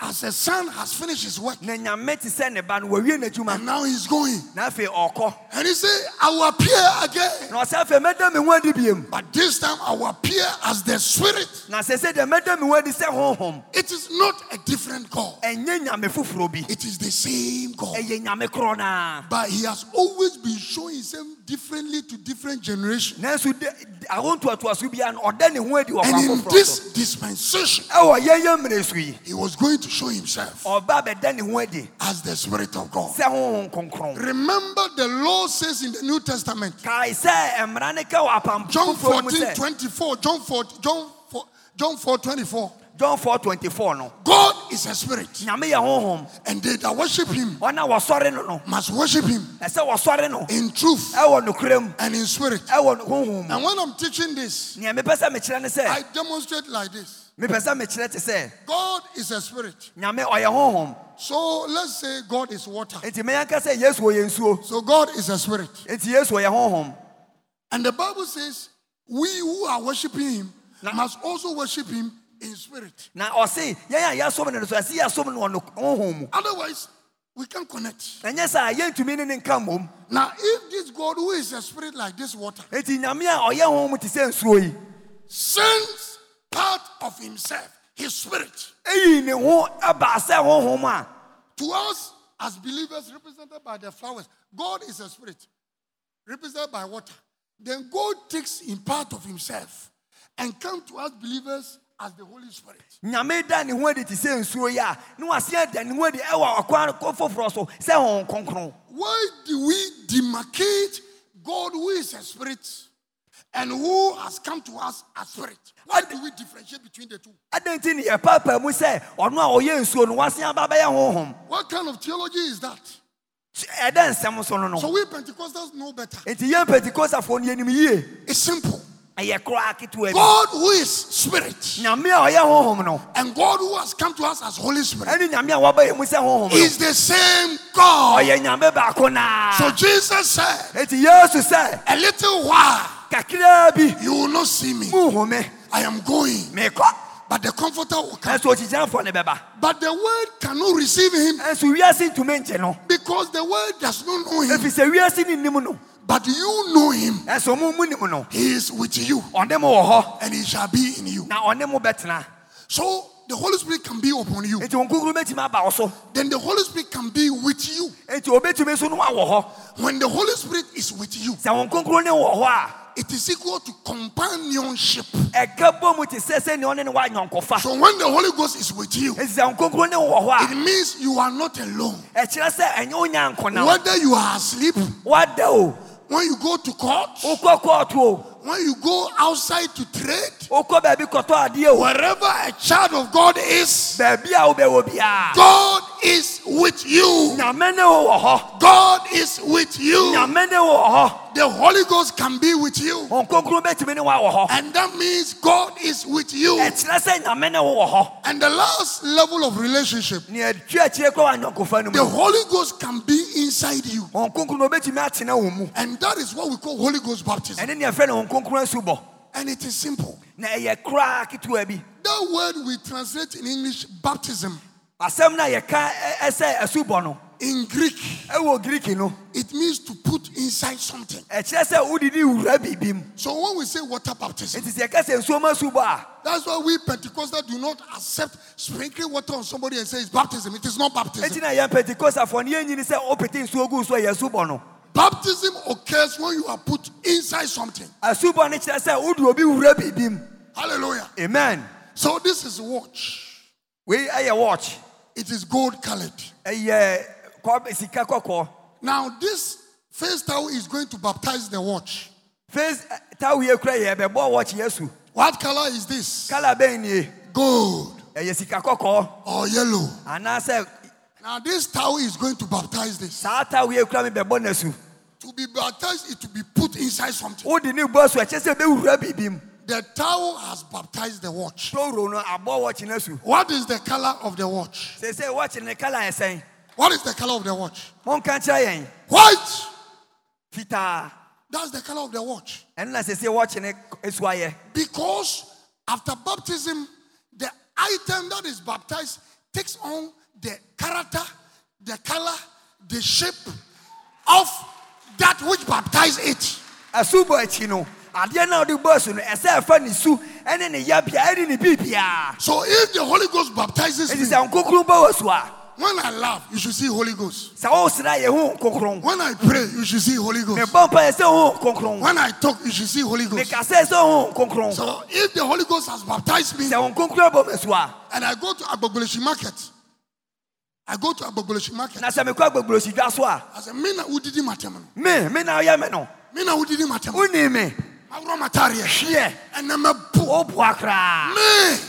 Speaker 1: as a son, has finished his work.
Speaker 2: na nyame te sɛ ne ba no wawie n'adwuma
Speaker 1: And now he's going.
Speaker 2: na afei ɔkɔ
Speaker 1: And he said, I will appear again.
Speaker 2: na ɔsɛ afei mɛda me ho adi biam
Speaker 1: But this time I will appear as the spirit.
Speaker 2: na sɛ sɛ deɛ mɛda me ho adi sɛ honhom
Speaker 1: It is not a different God.
Speaker 2: ɛnyɛ nyame foforɔ bi
Speaker 1: It is the same God.
Speaker 2: ɛyɛ nyame korɔ naa
Speaker 1: But he has always been showing himself differently to different generations.
Speaker 2: nanso de- de- awo ntoatoaso biara no ɔda ne ho adi wɔ
Speaker 1: And
Speaker 2: kwan
Speaker 1: in
Speaker 2: foforɔ so
Speaker 1: this dispensation,
Speaker 2: ɛwɔ yɛyɛ mmerɛ so yi
Speaker 1: he was going to show himself
Speaker 2: ɔba bɛda ne ho adi
Speaker 1: as the Spirit of God.
Speaker 2: sɛ honhom kronkron
Speaker 1: Remember, the law says in the New Testament,
Speaker 2: kae sɛ mmara ne ka wɔ apam
Speaker 1: John
Speaker 2: foforɔ mu
Speaker 1: 14
Speaker 2: sɛ
Speaker 1: 24, John 4, John 4, John 4 24.
Speaker 2: john 424 no
Speaker 1: God is a spirit,
Speaker 2: nyame yɛ honhom
Speaker 1: and they that worship him
Speaker 2: ɔna wɔsɔre no no
Speaker 1: must worship him
Speaker 2: ɛsɛ wɔsɔre no
Speaker 1: in truth
Speaker 2: ɛwɔ nokorɛ mu
Speaker 1: and in spirit.
Speaker 2: ɛwɔ honhom mu
Speaker 1: And when I'm teaching this,
Speaker 2: nea mepɛ sɛ mekyerɛ ne
Speaker 1: I
Speaker 2: sɛ
Speaker 1: demonstrate like this
Speaker 2: mepɛ sɛ mekyerɛ te sɛ
Speaker 1: God is a spirit.
Speaker 2: nyame ɔyɛ honhom
Speaker 1: So let's say God is water.
Speaker 2: enti mɛyɛnka sɛ yesu ɔyɛ nsuo
Speaker 1: So God is a spirit.
Speaker 2: enti yesu ɔyɛ honhom
Speaker 1: And the Bible says, we who are worshiping him must also worship him in spirit.
Speaker 2: na ɔse yɛn a yɛsom no no so ɛsɛ yɛsom no wɔ no- honhom mu
Speaker 1: Otherwise, We can connect.
Speaker 2: ɛnyɛ saa yɛntumi ne ne nka mmom
Speaker 1: Now, if this God, who is a spirit like this water,
Speaker 2: enti nyame a ɔyɛ honhom te sɛ nsuo yi
Speaker 1: sends part of himself, his spirit,
Speaker 2: ɛyii ne ho ɛbaa sɛ honhom a
Speaker 1: to us as believers represented by the flowers. God is a spirit represented by water. Then God takes in part of himself and comes to us believers as the Holy Spirit.
Speaker 2: nyame da ne ho adi te sɛ nsuo yi a ne waseɛ da ne ho adi ɛwɔ ɔkwan kɔ foforɔ so sɛ honhom kronkron
Speaker 1: Why do we demarcate God who is a spirit and who has come to us as spirit? Why do we differentiate between the two?
Speaker 2: adɛn nti ne yɛpaapaa mu sɛ ɔno a ɔyɛ nsuo no waseɛ aba bɛyɛ honhom
Speaker 1: What kind of theology is that?
Speaker 2: ɛdɛ nsɛm so no
Speaker 1: So
Speaker 2: no
Speaker 1: we Pentecostals know better.
Speaker 2: enti yɛn pentecostafoɔ no yɛnim yie
Speaker 1: It's simple.
Speaker 2: ɛyɛ koraa ketewa bi
Speaker 1: God who is spirit
Speaker 2: nyame a ɔyɛ honhom no
Speaker 1: and God who has come to us as Holy Spirit
Speaker 2: ɛne nyame a wɔaba yɛ mu sɛ honhom no
Speaker 1: is the same God.
Speaker 2: ɔyɛ nyame baako
Speaker 1: So
Speaker 2: naa
Speaker 1: Jesus said,
Speaker 2: enti yesu sɛ
Speaker 1: A little while
Speaker 2: kakraa bi
Speaker 1: you will not see me.
Speaker 2: muhome
Speaker 1: I am going,
Speaker 2: mekɔ
Speaker 1: but the comforter will come.
Speaker 2: ɛnso ogyigyanfoɔ ne bɛba
Speaker 1: But the world cannot receive him
Speaker 2: ɛnso wiase ntumi nkye no
Speaker 1: because the world does not know him.
Speaker 2: ɛfiri sɛ wiase ne nnim no
Speaker 1: But you know him.
Speaker 2: ɛnso mo mu nim no
Speaker 1: He is with you
Speaker 2: ɔne mo wɔ hɔ
Speaker 1: and he shall be in you.
Speaker 2: na ɔne mo bɛtena
Speaker 1: So the Holy Spirit can be upon you.
Speaker 2: enti wo nkonkuru bɛtumi aba wo so
Speaker 1: Then the Holy Spirit can be with you.
Speaker 2: enti obɛtumi nso no woawɔ hɔ
Speaker 1: When the Holy Spirit is with you,
Speaker 2: sɛ wo nkonkuru ne wɔ hɔ
Speaker 1: it is equal to companionship.
Speaker 2: a ɛka bɔ mu te sɛ sɛ ne ɔne ne woanyɔnkɔfa
Speaker 1: So when the Holy Ghost is with you,
Speaker 2: enti sɛ wo nkonkuru ne wɔ hɔ
Speaker 1: it means you are not alone.
Speaker 2: a ɛkyerɛ sɛ ɛnyɛ wo nyankona
Speaker 1: Whether you are asleep,
Speaker 2: woada o
Speaker 1: when you go to court,
Speaker 2: wokɔ kɔɔto o
Speaker 1: when you go outside to trade,
Speaker 2: wokɔ baabi kɔtɔ adeɛ o
Speaker 1: wherever a child of God is,
Speaker 2: baabi a wobɛwɔ biara
Speaker 1: God is with you.
Speaker 2: nyame ne wo wɔ hɔ
Speaker 1: God is with you.
Speaker 2: nyame ne wo wɔ hɔ
Speaker 1: The Holy Ghost can be with you.
Speaker 2: wo nkonkuru bɛtumi ne woawɔ hɔ
Speaker 1: And that means God is with you.
Speaker 2: ɛkyerɛ sɛ nyame ne wowɔ hɔ
Speaker 1: And the last level of relationship,
Speaker 2: nea atwa akyire kɔ anyɔnkofa no
Speaker 1: the
Speaker 2: mu
Speaker 1: Holy Ghost can be inside you.
Speaker 2: wɔn konkro no obɛtumi atena wo mu
Speaker 1: And that is what we call Holy Ghost baptism.
Speaker 2: ɛne nea ɛfrɛ no wɔn konkro asubɔ
Speaker 1: And it is simple.
Speaker 2: na ɛyɛ koraa ketewa bi
Speaker 1: That word we translate in English baptism.
Speaker 2: asɛm no a yɛka ɛ- ɛsɛ asubɔ no
Speaker 1: In Greek,
Speaker 2: ɛwɔ greek no
Speaker 1: it means to put inside something.
Speaker 2: ɛkyerɛ sɛ wodidi wura biribi mu
Speaker 1: So when we say water baptism,
Speaker 2: nti sɛ yɛka sɛ nsuoma asubɔ a
Speaker 1: that's why we Pentecostals do not accept sprinkling water on somebody and say it's baptism. It is not
Speaker 2: ɛnti
Speaker 1: baptism.
Speaker 2: na yɛn pentecostafoɔ no yɛnyini sɛ wopete nsuo gu so a ɛyɛ asubɔ no
Speaker 1: Baptism occurs when you are put inside something.
Speaker 2: asubɔ no kyerɛ sɛ wode obi wura biribi mu
Speaker 1: Hallelujah.
Speaker 2: amen
Speaker 1: So this is watch.
Speaker 2: wei ɛyɛ watch
Speaker 1: It is gold colored.
Speaker 2: ɛyɛ kɔ- sika kɔkɔɔ
Speaker 1: Now, this first towel is going to baptize the watch.
Speaker 2: First, tawie kura yɛ bɛbɔ watch yesu
Speaker 1: What color is this?
Speaker 2: kala bɛn nie
Speaker 1: Gold
Speaker 2: ɛyɛ sika kɔkɔɔ
Speaker 1: or yellow.
Speaker 2: anaasɛ
Speaker 1: Now, this towel is going to baptize this.
Speaker 2: saa tawie kura mi bɛbɔ n'asu
Speaker 1: To be baptized, it will be put inside something.
Speaker 2: wodi ne bɔ so ɛkyɛ sɛ bɛwura biribi mu
Speaker 1: The towel has baptized the watch.
Speaker 2: toro no abɔ watch n'asu
Speaker 1: What is the color of the watch?
Speaker 2: sese watch ne kala yɛ sɛn
Speaker 1: What is the color of the watch?
Speaker 2: mo nka kyerɛ yɛn
Speaker 1: White!
Speaker 2: fitaa
Speaker 1: That's the color of the watch.
Speaker 2: ɛno na sese watch ne esu ayɛ
Speaker 1: Because after baptism, the item that is baptized takes on the character, the color, the shape of that which baptized it.
Speaker 2: asu bɔ akyi no adeɛ na ɔde bɔ so no ɛsɛ ɛfa ne su ɛne ne yabea ɛne ne bibia
Speaker 1: So if the Holy Ghost baptizes
Speaker 2: esi
Speaker 1: me,
Speaker 2: sɛ nkokoro bɔ wɔ so a
Speaker 1: when I laugh, you should see Holy Ghost.
Speaker 2: sɛ ɔsra yɛ ho nkokoro
Speaker 1: When I pray, you should see Holy
Speaker 2: mɛ
Speaker 1: Ghost.
Speaker 2: bɔ mpa yɛ sɛ ho nkokoro
Speaker 1: When I talk, you should see Holy
Speaker 2: mɛ
Speaker 1: Ghost.
Speaker 2: kasa yɛ sɛ ho nkokoro.
Speaker 1: So if the Holy Ghost has baptized me
Speaker 2: sɛ wɔn nkonkura bɔ mɛ so a
Speaker 1: and I go to Agbogoleshi market, I go to Agbogoleshi market.
Speaker 2: na sɛ mekɔ agbagburosi dwa so a
Speaker 1: I say, Mina udidi matem.
Speaker 2: me me na ɔyɛ me no
Speaker 1: Mina udidi matem.
Speaker 2: woni me
Speaker 1: Awurɔ matare.
Speaker 2: hwɛ
Speaker 1: ɛnɛmɛpo
Speaker 2: woboa koraa
Speaker 1: Oh,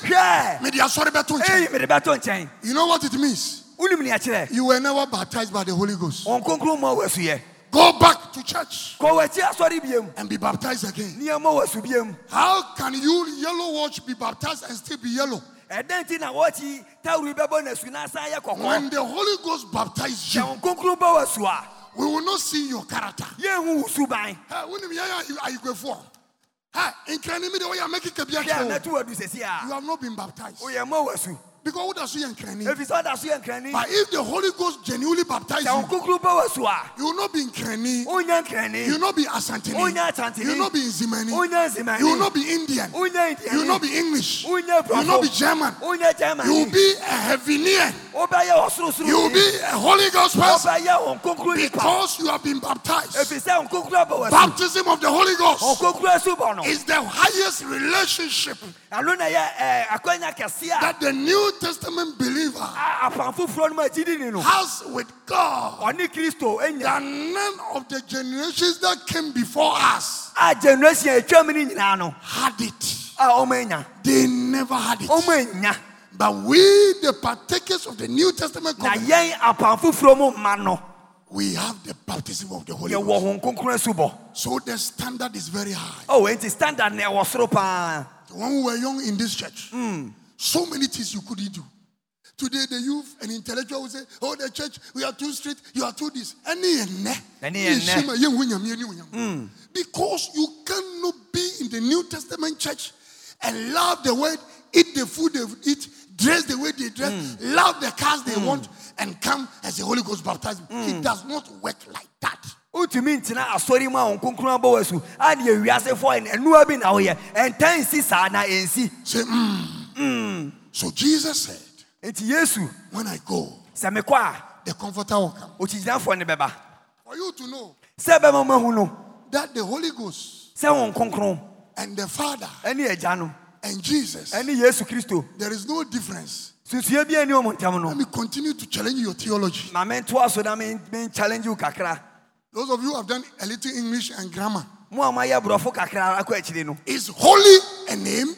Speaker 1: me
Speaker 2: hwɛ
Speaker 1: mede asɔre bɛto nkyɛn
Speaker 2: ɛyi mede bɛto nkyɛn
Speaker 1: you know what it means
Speaker 2: wonim nea kyerɛ
Speaker 1: you were never baptized by the holy ghost
Speaker 2: wɔn nkonkuru ma wɔ asuyɛ
Speaker 1: go back to church
Speaker 2: kɔ wɔ akyi asɔre biem
Speaker 1: and be baptized again
Speaker 2: nneɛma wɔ asu biem
Speaker 1: how can you yellow watch be baptized and still be yellow
Speaker 2: ɛdɛn ti na wɔkyi tawuri bɛbɔ n'asu na asan yɛ
Speaker 1: when
Speaker 2: kɔkɔɔ
Speaker 1: the holy ghost baptizes
Speaker 2: sɛ
Speaker 1: you
Speaker 2: wɔn nkonkuru bɔ wɔ asu a
Speaker 1: we will not see your character
Speaker 2: yɛnhu wo suban
Speaker 1: Hey, wonim yɛn a ayigwefoɔ Hey, nkranimi de woyɛ amɛkeka bi
Speaker 2: hwɛ
Speaker 1: akyerɛ wo.
Speaker 2: mɛto wɔ adu sɛsi
Speaker 1: you
Speaker 2: a
Speaker 1: have not been baptized
Speaker 2: woyɛ ma wɔ asu
Speaker 1: because wo da so yɛ nkrani
Speaker 2: ɛfiri sɛ ɔda so yɛ nkrani
Speaker 1: but if the holy ghost genuinely baptize
Speaker 2: sɛ wo
Speaker 1: you
Speaker 2: nkukuru bɛ wɔ so a
Speaker 1: you will not be nkrani
Speaker 2: wonya
Speaker 1: you will
Speaker 2: nkrani
Speaker 1: not be asantini
Speaker 2: Wonya Asantini.
Speaker 1: you will not be nzimani
Speaker 2: wonya
Speaker 1: you will
Speaker 2: nzimani
Speaker 1: not be indian
Speaker 2: wonya
Speaker 1: you will not
Speaker 2: ndiani
Speaker 1: be english you will
Speaker 2: wonya
Speaker 1: not be
Speaker 2: brɔfo
Speaker 1: german
Speaker 2: wonya
Speaker 1: you will
Speaker 2: germany
Speaker 1: be a heavenian
Speaker 2: wobɛyɛ
Speaker 1: you will
Speaker 2: ɔsorosoro
Speaker 1: be a holy ghost person
Speaker 2: wobɛyɛ wo nkukuru nipa
Speaker 1: because you have been baptized
Speaker 2: ɛfiri sɛ wo nkukuru bɛ wɔ so
Speaker 1: baptism of the holy ghost
Speaker 2: ɔnkokuro asu bɔ no
Speaker 1: is the highest relationship
Speaker 2: ɛno na ɛyɛ akwanya kɛseɛ a
Speaker 1: that the new testament believer
Speaker 2: a- apam foforɔ no mu agyidini no
Speaker 1: has with god
Speaker 2: ɔne kristo anya
Speaker 1: than none of the generations that came before us
Speaker 2: a generation a atwam no nyinaa no
Speaker 1: had it.
Speaker 2: a ɔma anya
Speaker 1: They never had it.
Speaker 2: ɔma anya
Speaker 1: But we, the partakers of the New Testament
Speaker 2: na
Speaker 1: covenant,
Speaker 2: yɛn apam foforɔ mu ma no
Speaker 1: we have the baptism of the Holy
Speaker 2: yɛwɔ
Speaker 1: Ghost.
Speaker 2: ho nkokoro asu bɔ
Speaker 1: So the standard is very high.
Speaker 2: o enti standard na ɛwɔ soro paa
Speaker 1: When we were young in this church, so many things you couldn't do. Today, the youth and intellectual will say, Oh, the church, we are too strict, you are too this. Ɛne yɛ nnɛ.
Speaker 2: Ɛne
Speaker 1: Ne
Speaker 2: yɛ nnɛ.
Speaker 1: nhyɛm a yɛnhu Nyame ani wɔ Nyame. Because you cannot be in the New Testament church and love the word, eat the food they eat, dress the way they dress, love the cars they want, and come as the Holy Ghost baptized. It does not work like that.
Speaker 2: wotumi ntena asɔre mu a wo nkokoro abɔ wɔ asu a ne awiasefoɔ ɛn- ɛnoa bi na woyɛ ɛnta nsi saa na ɛnsi
Speaker 1: Say, mm. So Jesus said,
Speaker 2: enti yesu
Speaker 1: When I go,
Speaker 2: sɛ mekɔ a
Speaker 1: the comforter will come.
Speaker 2: okyigyinafoɔ ne bɛba
Speaker 1: For you to know
Speaker 2: sɛ bɛma mahu no
Speaker 1: that the Holy Ghost
Speaker 2: sɛ wo nkronkron
Speaker 1: and the Father
Speaker 2: ɛne agya no
Speaker 1: and Jesus,
Speaker 2: ɛne yesu kristo
Speaker 1: there is no difference.
Speaker 2: susua bia ni ɔmo ntam
Speaker 1: Let
Speaker 2: no
Speaker 1: me continue to challenge your theology.
Speaker 2: ma mentoa so na men men challenge wo kakra
Speaker 1: Those of you who have done a little English and grammar.
Speaker 2: mo a moayɛ borɔfo kakra akɔ akyiri no
Speaker 1: Is holy a name?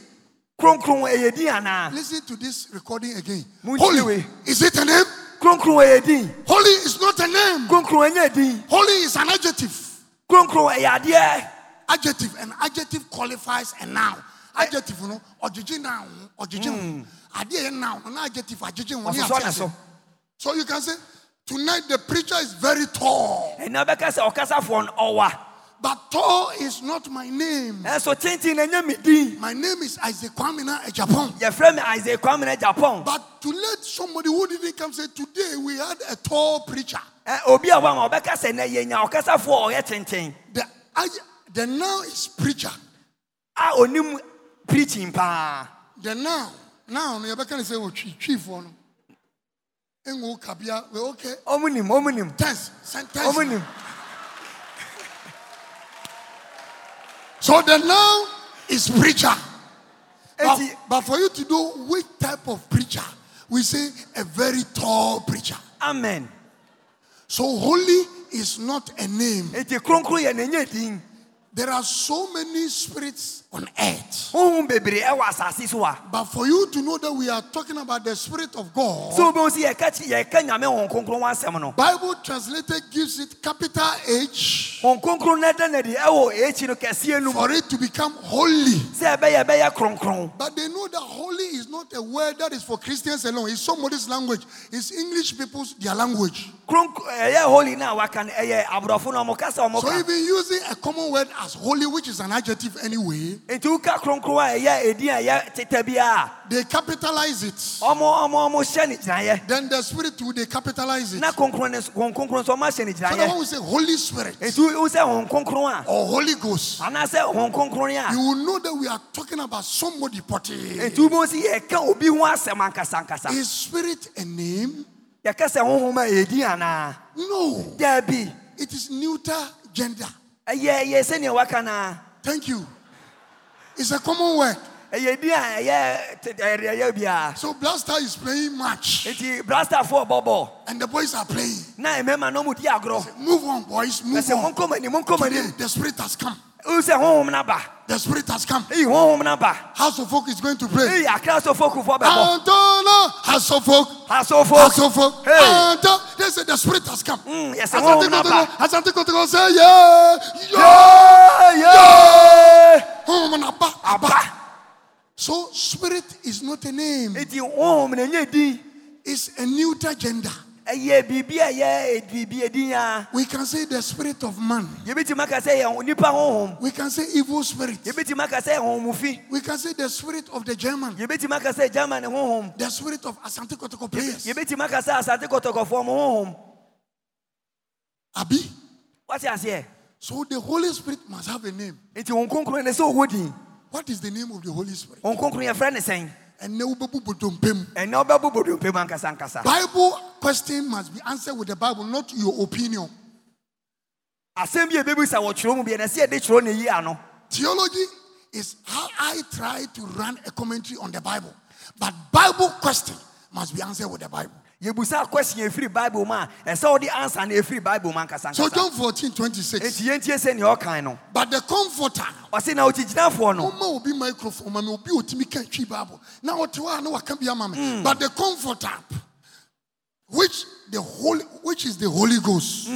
Speaker 2: kronkron ɛyɛ din anaa
Speaker 1: Listen to this recording again.
Speaker 2: Munchiwe.
Speaker 1: Holy. Is it a name?
Speaker 2: kronkron ɛyɛ din
Speaker 1: Holy is not a name.
Speaker 2: kronkron ɛnyɛ din
Speaker 1: Holy is an adjective.
Speaker 2: kronkron ɛyɛ adeɛ
Speaker 1: Adjective. An adjective qualifies a noun. Adjective, you know. Ojiji noun. Ojiji. noun. Adie yɛ noun. An adjective. Ojiji. wɔn ne
Speaker 2: Hmm. ɔsosɔ ne
Speaker 1: ate
Speaker 2: so
Speaker 1: ase. So you can say, tonight the preacher is very tall.
Speaker 2: ɛna bɛka sɛ ɔkasafoɔ no ɔwa
Speaker 1: But tall is not my name.
Speaker 2: ɛnso tenten na ɛnyɛ me din
Speaker 1: My name is Isaac Kwamina Ejapon.
Speaker 2: yɛfrɛ me isaac kwamena japan
Speaker 1: But to let somebody who didn't come say, today we had a tall preacher.
Speaker 2: Ɛ, obi a wama ɔbɛka sɛ nɛ yɛnya ɔkasafoɔ a ɔyɛ tenten
Speaker 1: The, I, the noun is preacher.
Speaker 2: a onim preaching paa
Speaker 1: The noun, noun, you can say, oh, chief, chief one. Engo kabia, we okay.
Speaker 2: ɔmo nim ɔmo nim
Speaker 1: Tense, sentence.
Speaker 2: ɔmo nim
Speaker 1: So the noun is preacher. But,
Speaker 2: eti
Speaker 1: but for you to know which type of preacher, we say a very tall preacher.
Speaker 2: amen.
Speaker 1: So holy is not a name.
Speaker 2: eti kronkron yɛ n'enye din
Speaker 1: There are so many spirits on earth.
Speaker 2: ohun bebree ɛwɔ asase so a
Speaker 1: But for you to know that we are talking about the spirit of God,
Speaker 2: so obi si yɛka kyi yɛka nyame wɔn kronkron wɔn asɛm no
Speaker 1: Bible translator gives it capital H
Speaker 2: wɔn kronkron na ɛda na di ɛwɔ ekyi no kɛseɛ no mu
Speaker 1: for it to become holy.
Speaker 2: sɛ ɛbɛyɛ ɛbɛyɛ kronkron
Speaker 1: But they know that holy is not a word that is for Christians alone. It's somebody's language. It's English people's their language.
Speaker 2: kronkron ɛyɛ eh, holy na waka no ɛyɛ aborɔfo na ɔmo kasa ɔmo
Speaker 1: So
Speaker 2: ka
Speaker 1: even using a common word as holy, which is an adjective anyway,
Speaker 2: nti wuka kronkron a ɛyɛ edin a ɛyɛ tete bi a
Speaker 1: they capitalize it.
Speaker 2: ɔmo ɔmo ɔmo hyɛ ne gyinaeɛ
Speaker 1: Then the spirit too, they capitalize it.
Speaker 2: na kronkron ne wɔn kronkron nso ɔmo ahyɛ ne
Speaker 1: So that when
Speaker 2: gyinaeɛ
Speaker 1: we say Holy Spirit
Speaker 2: nti wu sɛ wɔn kronkron a
Speaker 1: or Holy Ghost,
Speaker 2: anaasɛ wɔn kronkron
Speaker 1: you
Speaker 2: a
Speaker 1: will know that we are talking about somebody potty.
Speaker 2: nti wubo si yɛka obi ho asɛm ankasa ankasa
Speaker 1: Is spirit a name?
Speaker 2: yɛka sɛ honhom a ɛyɛ din anaa.
Speaker 1: No.
Speaker 2: daabi
Speaker 1: It is neuter gender.
Speaker 2: ɛyɛ ɛyɛ sɛnea waka naa
Speaker 1: Thank you. It's a common word.
Speaker 2: ɛyɛ Eh, di a ɛyɛ te- eh, ɛyɛ ɛyɛ biara
Speaker 1: So Blaster is playing match
Speaker 2: nti blastafoɔ bɔ bɔɔl
Speaker 1: and the boys are playing.
Speaker 2: na mmarima no mu di agorɔ
Speaker 1: Move on, boys. Move
Speaker 2: ɛsɛ
Speaker 1: on.
Speaker 2: monkɔmani monkɔmani
Speaker 1: Today,
Speaker 2: mu
Speaker 1: the spirit has come.
Speaker 2: ɛsɛ honhom na ba
Speaker 1: The spirit has come.
Speaker 2: ɛyi honhom na ba
Speaker 1: House of Folk is going to play.
Speaker 2: ɛyi akra sofokufoɔ
Speaker 1: Ah.
Speaker 2: bɛbɔ
Speaker 1: Antono, House of Folk. House
Speaker 2: asofoɔ
Speaker 1: of Folk.
Speaker 2: Hey. Mm. Oh,
Speaker 1: Anto- They say the spirit has come.
Speaker 2: ɛsɛ honhom na
Speaker 1: Asante
Speaker 2: ba
Speaker 1: Asante Kotoko say yeah. Yeah.
Speaker 2: yeye
Speaker 1: Oh, man, Abba,
Speaker 2: Ah.
Speaker 1: Abba.
Speaker 2: aba
Speaker 1: So spirit is not a name.
Speaker 2: nti honhom na nye di
Speaker 1: It's a neuter gender.
Speaker 2: ɛyɛ biribi a ɛyɛ biribi edin a
Speaker 1: We can say the spirit of man.
Speaker 2: yɛbɛtumi aka sɛ yɛ nipa honhom
Speaker 1: We can say evil spirit.
Speaker 2: yɛbɛtumi aka sɛ honhomufi
Speaker 1: We can say the spirit of the German.
Speaker 2: yɛbɛtumi aka sɛ german honhom
Speaker 1: The spirit of Asante Kotoko players.
Speaker 2: yɛbɛtumi aka sɛ asante kɔtɔkɔfoɔ mo honhom
Speaker 1: Abi.
Speaker 2: wate aseɛ
Speaker 1: So the Holy Spirit must have a name.
Speaker 2: nti wɔn konkron ne sɛ ɔwɔ din
Speaker 1: What is the name of the Holy Spirit?
Speaker 2: wɔn konkron yɛfrɛ ne sɛn
Speaker 1: And now Babu Bodompem.
Speaker 2: ɛnɛ ɔbɛbɔ bodompe mu ankasa ankasa
Speaker 1: Bible question must be answered with the Bible, not your opinion.
Speaker 2: asɛm bi a ɛbɛbisa wɔ twerɛ mu bi ɛnɛ sɛ yɛde twerɛ ne yi ano
Speaker 1: Theology is how I try to run a commentary on the Bible. But Bible question must be answered with the Bible.
Speaker 2: yɛbusa question efiri bible mu a ɛsɛ ɔde answer na efiri bible mu ankasa
Speaker 1: So
Speaker 2: ankasa
Speaker 1: John 14, 26.
Speaker 2: eti yɛntie sɛ nea ɔkan no
Speaker 1: But the comforter
Speaker 2: ɔsi na ɔkyikyinafoɔ no
Speaker 1: Oma obi microphone mami obi otimi kan twi bible na ɔte hɔ a na waka bi ama me but the comforter which the holy which is the holy ghost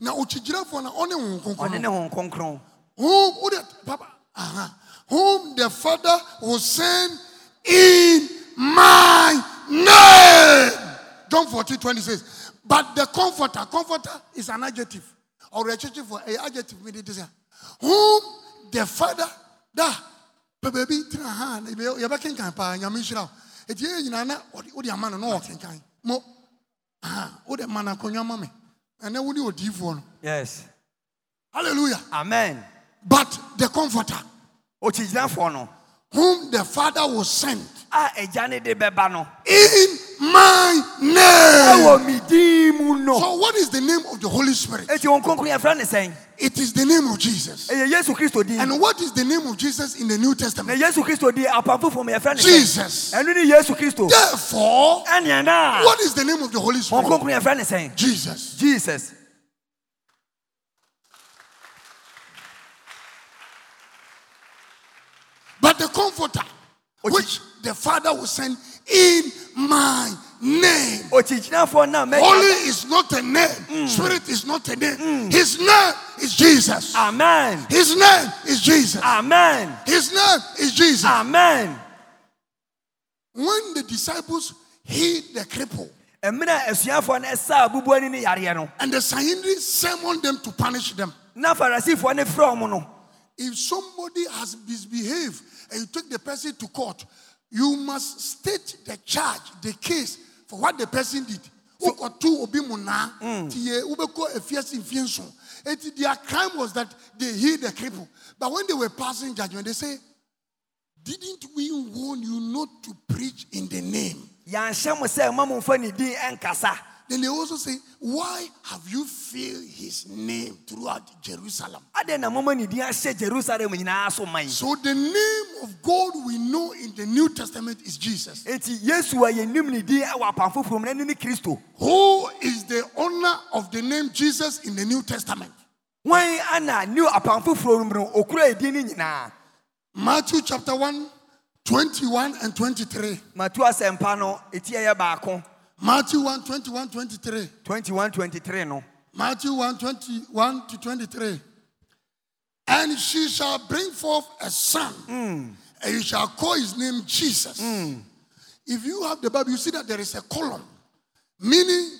Speaker 1: na okyigyirafoɔ na ɔne wɔn
Speaker 2: ɔne
Speaker 1: nkonko
Speaker 2: ne
Speaker 1: no
Speaker 2: ho nkonkron
Speaker 1: whom wo de papa aha whom the father will send in my name john fourteen twenty six but the comforter comforter is an adjective ɔrɔ ɛkyɛkyɛ for ɛyɛ adjective mi de de sɛ whom the father da pɛbɛbi tena ha yɛbɛ kenkan paa nyame nhyira o eti yɛ nyinaa na ɔde ɔde ama no na ɔkenkan mo uh-huh, aha ɔde ma na akonnwa ma mi ɛnɛ wo ni odiifoɔ no
Speaker 2: yes
Speaker 1: hallelujah
Speaker 2: amen
Speaker 1: but the comforter.
Speaker 2: ɔkyikyinafoɔ no
Speaker 1: whom the Father will send
Speaker 2: a ɛgya ne de bɛba no
Speaker 1: in my name.
Speaker 2: ɛwɔ mi din mu no
Speaker 1: So, what is the name of the Holy Spirit?
Speaker 2: eti wɔn nkonkron yɛfrɛ ne sɛn
Speaker 1: It is the name of Jesus.
Speaker 2: ɛyɛ yesu kristo din
Speaker 1: And what is the name of Jesus in the New
Speaker 2: na
Speaker 1: Testament?
Speaker 2: yesu kristo din apanfofo mu yɛfrɛ ne sɛn
Speaker 1: Jesus.
Speaker 2: ɛnu ni yesu kristo
Speaker 1: Therefore,
Speaker 2: ɛnìyɛn naa
Speaker 1: what is the name of the Holy
Speaker 2: wɔn
Speaker 1: Spirit?
Speaker 2: nkonkron yɛfrɛ ne sɛn
Speaker 1: Jesus.
Speaker 2: jesus
Speaker 1: But the Comforter,
Speaker 2: Okay.
Speaker 1: which the Father will send in my name.
Speaker 2: ɔkyikyinafoɔ na
Speaker 1: Holy
Speaker 2: mɛ
Speaker 1: is not a name. Spirit is not a name. His name is Jesus.
Speaker 2: amen
Speaker 1: His name is Jesus.
Speaker 2: amen
Speaker 1: His name is Jesus.
Speaker 2: amen
Speaker 1: When the disciples healed the cripple
Speaker 2: ɛmina asuafoɔ no ɛsa abubuani ne yareɛ no
Speaker 1: and the Sanhedrin summoned them to punish them,
Speaker 2: na farisifoɔ no frɛ ɔmo no
Speaker 1: if somebody has misbehaved and you take the person to court, you must state the charge, the case for what the person did. Wokɔto obi mu naa, nti yɛ- wobɛkɔ afiase mfeɛ nson. Enti their crime was that they healed the cripple. But when they were passing judgment, they say, Didn't we warn you not to preach in the name?
Speaker 2: yɛanhyɛ mo sɛ ma momfa ne din ɛnkasa
Speaker 1: Then they also say, Why have you filled his name throughout Jerusalem?
Speaker 2: adɛn na moma ne din ahyɛ jerusalem nyinaa so ma yi
Speaker 1: So the name of God we know in the New Testament is Jesus,
Speaker 2: enti yesu a yɛnim ne din ɛwɔ apan foforɔ mu no ɛne ne kristo
Speaker 1: who is the owner of the name Jesus in the New Testament.
Speaker 2: wɔn ana ne apan foforɔ mu no ɔkura edin no nyinaa
Speaker 1: Matthew chapter 1, 21 and 23.
Speaker 2: matu asɛmpa no ɛti ɛyɛ baako
Speaker 1: Matthew 1, 21, 23.
Speaker 2: 2123 no
Speaker 1: Matthew 1, 21 to 23. And she shall bring forth a son, and you shall call his name Jesus. If you have the Bible, you see that there is a column, meaning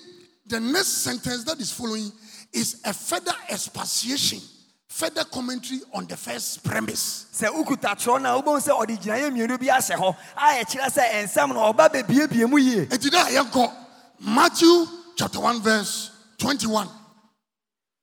Speaker 1: the next sentence that is following is a further expatiation, further commentary on the first premise.
Speaker 2: sɛ wokuta kyerɛ no a wobɛhu sɛ ɔde gyinaeɛ mmienu bi ahyɛ hɔ a ɛkyerɛ sɛ ɛnsɛm no ɔba bɛbiebie mu yie
Speaker 1: And today I have got Matthew chapter 1, verse 21.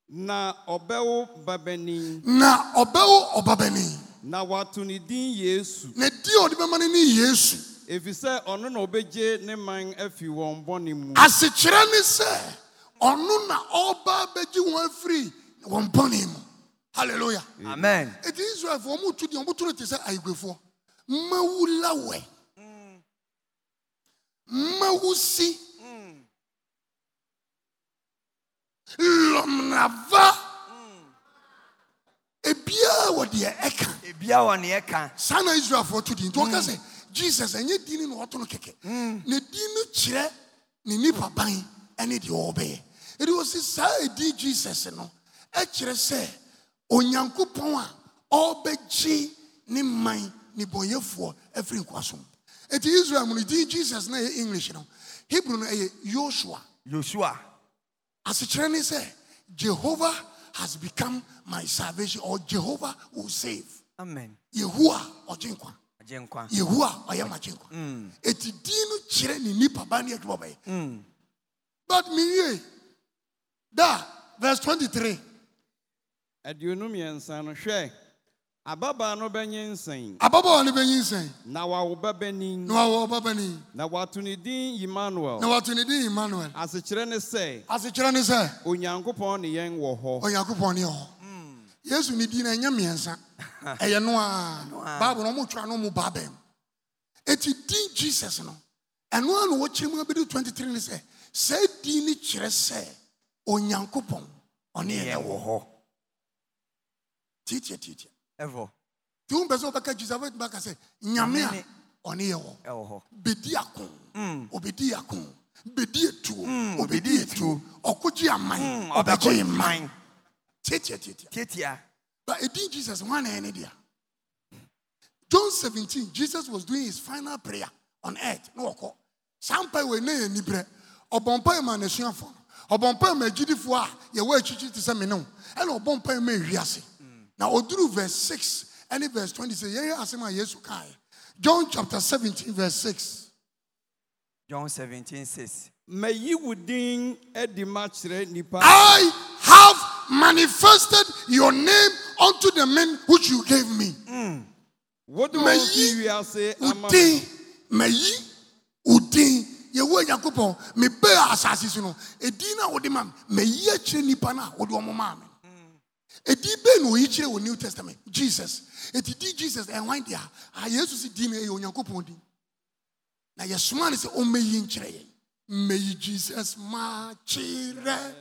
Speaker 3: na ɔbɛwo babani
Speaker 1: Na obeo obabeni,
Speaker 3: na wato ne din yesu
Speaker 1: ne dio di bemani ni Yesu.
Speaker 3: efisɛ ɔno na ɔbɛgye ne man afi wɔn bɔne mu
Speaker 1: asekyerɛ ne sɛ ɔno na ɔba bɛgye wɔn afiri wɔn bɔne mu halleluya
Speaker 2: amen
Speaker 1: ɛti israelfoɔ ɔmo tu deɛ ɔmo to no te sɛ ayigwefoɔ mmawu lawɛ mmawu si lɔmnava ebiaa wɔ deɛ ɛka
Speaker 2: ebia wɔ ne ɛka
Speaker 1: saa na israelfoɔ to din nti wɔka sɛ jesus ɛnyɛ din no na ɔto no kɛkɛ ne din no kyerɛ ne nipa ban ne deɛ ɔbɛyɛ ɛde wɔ si saa ɛdin jesus E no ɛkyerɛ sɛ onyankopɔn a ɔbɛgye ne man ne bɔnyɛfoɔ afiri nkoasom ɛti israel mu no din jesus na ɛyɛ english no hebrew no ɛyɛ yosua
Speaker 2: yosua
Speaker 1: asekyerɛ ne sɛ jehovah has become my salvation or jehovah will save
Speaker 2: amen
Speaker 1: yehua ɔgye nkwa
Speaker 2: agye nkwa
Speaker 1: yehua ɔyɛ magye nkwa ɛti din no kyerɛ ne nipa ba ne adwuma bɛyɛ but mewie da verse 23
Speaker 3: aduonu mmiɛnsa no hwɛ ababaa no bɛnye nsɛn
Speaker 1: ababaawa no bɛnyi nsɛn
Speaker 3: na wawo bɛbɛni
Speaker 1: na wawɔ ɔbabani
Speaker 3: na wato ne din
Speaker 1: na
Speaker 3: emmanuel
Speaker 1: wato ne din emmanuel
Speaker 3: asekyerɛ ne sɛ
Speaker 1: asekyerɛ ne sɛ
Speaker 3: onyankopɔn ne yɛn wɔ hɔ
Speaker 1: ɔnyankopɔn ne ɔhɔ yesu ne din no ɛnyɛ mmiɛnsa ɛyɛ no a bible no ɔmotwa no mu baa bɛm ɛti din jesus no ɛno a na wɔkyerɛ mu abɛdi 23 ne sɛ saa din no kyerɛ sɛ onyankopɔn ɔne
Speaker 2: yɛ
Speaker 1: yɛ
Speaker 2: wɔ
Speaker 1: wɔ
Speaker 2: hɔ
Speaker 1: tiatia tiatia
Speaker 2: ɛvɔ
Speaker 1: nti wo mpɛ sɛ wobɛka jesus a, wobɛtumi aka sɛ nyame
Speaker 2: Ɔno
Speaker 1: a ɔne yɛ wɔ
Speaker 2: ɛwɔ hɔ
Speaker 1: bedi ako obedi ako bedi etuo obedi
Speaker 2: obedi
Speaker 1: etuo ɔkogye aman
Speaker 2: ɔbɛkɔ
Speaker 1: ɔbɛgye man
Speaker 2: Hmm, mman
Speaker 1: tiatia tiatia
Speaker 2: tietia
Speaker 1: But it didn't Jesus one any dear. John 17, Jesus was doing his final prayer on earth. No call. Sampai we ne nibre. Obompa ma ne suafo. Obompa ma gidifo a ye wa chichi te se me no. Ele obompa ma wiase. Na oduru verse 6 and verse 20 say ye asema Yesu kai. John chapter 17 verse 6.
Speaker 2: john 17 6
Speaker 3: mayi wo din adi ma kyerɛ nnipa
Speaker 1: I have manifested your name unto the men which you gave me.
Speaker 3: wode wo
Speaker 1: Mayi
Speaker 3: fi wiase ama
Speaker 1: Udin, mayi, udin. Yewo Yakubon, me be asasi suno. Edina odimam, me yeche nipa na odi omo maame. Edi be no yiche wo New Testament. Jesus. Eti di Jesus and why there? Ah Jesus si din e Yakubon din. Na yesuma ne se omeyi nkyere ye. Meyi Jesus ma kyerɛ.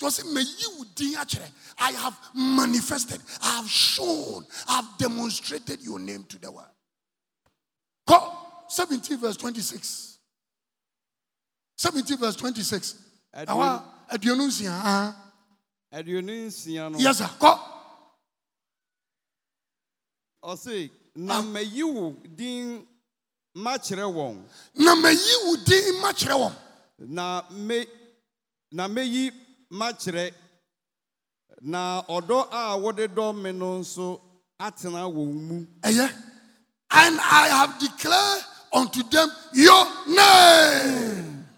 Speaker 1: Just say, may you din akyerɛ. I have manifested, I have shown, I have demonstrated your name to the world. Kɔ 17 verse 26. 17 verse 26.
Speaker 3: Aduonu-
Speaker 1: Awa aduonu nsia. aha.
Speaker 3: aduonu nsia no
Speaker 1: Yes sir. Kɔ.
Speaker 3: ɔse
Speaker 1: Ah!
Speaker 3: na mayi wo din ma kyerɛ wɔn
Speaker 1: Na mayi wo din ma kyerɛ wɔn.
Speaker 3: na me na meyi ma kyerɛ na ɔdɔ a wode dɔ me no nso atena wɔn mu
Speaker 1: Ɛyɛ. Eh, And I have declared unto them your name.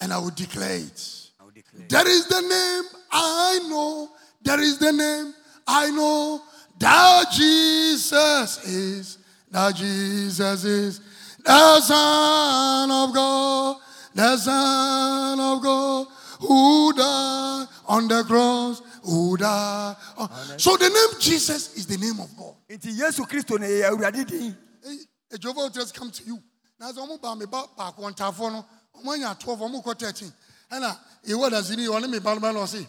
Speaker 1: And I will declare it.
Speaker 2: I will declare.
Speaker 1: There is the name I know. There is the name I know. That Jesus is. That Jesus is the Son of God. The Son of God who died on the cross. Who died. on- So the name Jesus is the name of God.
Speaker 2: nti yesu kristo ne yɛ awurade din
Speaker 1: Hey, a Eh, Jehovah just come to you. Now, so I'm about me back back one tafono. When you're 12, I'm going 13. And I, you what does he need? Only me bad man or say,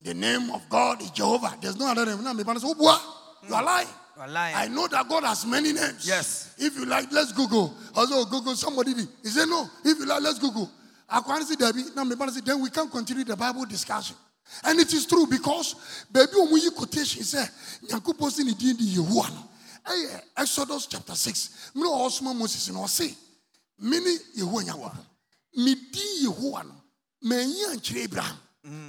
Speaker 1: the name of God is Jehovah. There's no other name. Now, me bad say, "Oboa, you are lying.
Speaker 2: You are lying.
Speaker 1: I know that God has many names.
Speaker 2: Yes.
Speaker 1: If you like, let's Google. Also, Google somebody. did. He said, no. If you like, let's Google. I can't see Debbie. Now, me bad say, then we can continue the Bible discussion. And it is true because baby, when you quotation say, "Nyankupo si ni di di Yehowa." no, ɛyɛ Exodus chapter six. Me no osma Moses no say, "Me ni Yehowa Nyankupo. Me di Yehowa no. Me nyi ankyerɛ Abraham."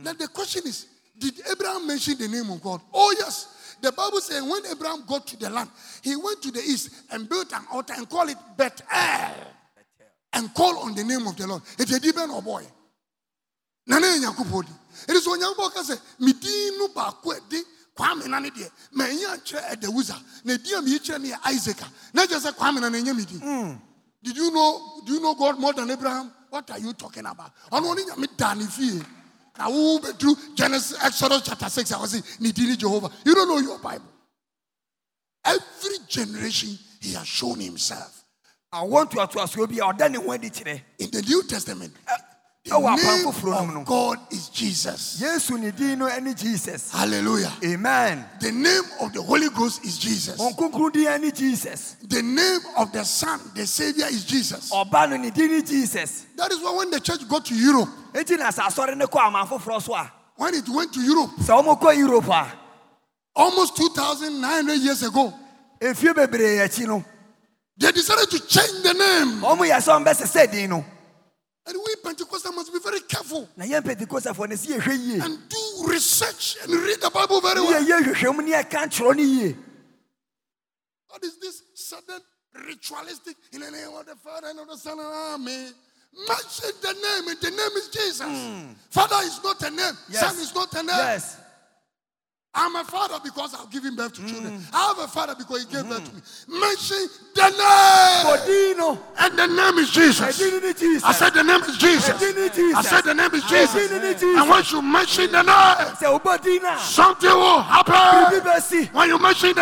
Speaker 1: Now the question is, did Abraham mention the name of God? Oh yes. The Bible says when Abraham got to the land, he went to the east and built an altar and called it Bethel and call on the name of the Lord. It's a different boy. Nana Yakupodi. It is when Yakuboka say, Midinu Bakwedi, Kwame Nanidia, Mayan chair at the Wuza, Nedia Michel near Isaac, not just a Kwame Nanyamidi. Did you know, do you know God more than Abraham? What are you talking about? On only Yamidani fee. Now, who be through Genesis, Exodus chapter 6, I was saying, Nidini Jehovah. You don't know your Bible. Every generation, he has shown himself.
Speaker 2: awɔ ntoatoasoɔ bi a ɔda ne ho adi kyerɛ
Speaker 1: In the New Testament, the
Speaker 2: ɛwɔ apam
Speaker 1: name
Speaker 2: foforɔ nom no
Speaker 1: of God is Jesus.
Speaker 2: yesu ne din no ne jesus
Speaker 1: Hallelujah.
Speaker 2: amen
Speaker 1: The name of the Holy Ghost is Jesus.
Speaker 2: ɔnkonkron din ne jesus
Speaker 1: The name of the Son, the Savior, is Jesus.
Speaker 2: ɔba no ne din ne jesus
Speaker 1: That is why when the church got to Europe,
Speaker 2: enti na sɛ asɔre no kɔ aman foforɔ so a
Speaker 1: when it went to Europe
Speaker 2: sɛ wɔmkɔ europe a
Speaker 1: almost 2,900 years ago,
Speaker 2: ɛfie bebree akyi no
Speaker 1: they decided to change the name.
Speaker 2: ɔmo yɛ sɛ ɔmbɛsesɛ din no
Speaker 1: And we Pentecostals must be very careful
Speaker 2: na yɛn pentecostafoɔ no sɛ yɛhwɛ yie
Speaker 1: and do research and read the Bible very
Speaker 2: ne
Speaker 1: well.
Speaker 2: yɛyɛ hwehwɛmu ne yɛka nkyerɛ no yie
Speaker 1: What is this sudden ritualistic in the name of the Father and of the Son and Amen? Mention the name, and the name is Jesus. Father is not a name,
Speaker 2: Hmm. Yes.
Speaker 1: Son is not a name.
Speaker 2: yes
Speaker 1: I'm a father because I've given birth to children.
Speaker 2: Hmm.
Speaker 1: I have a father because he gave birth to me. Mention the name,
Speaker 2: ɔdin no
Speaker 1: and the name is Jesus.
Speaker 2: ɛdin no ne
Speaker 1: I
Speaker 2: jesus
Speaker 1: said the name is Jesus.
Speaker 2: Didn't it Jesus?
Speaker 1: I said the name is Jesus.
Speaker 2: Didn't it Jesus?
Speaker 1: And once you mention the name,
Speaker 2: sɛ wobɔ din no a
Speaker 1: something will
Speaker 2: biribi
Speaker 1: happen.
Speaker 2: bɛsi
Speaker 1: When you mention the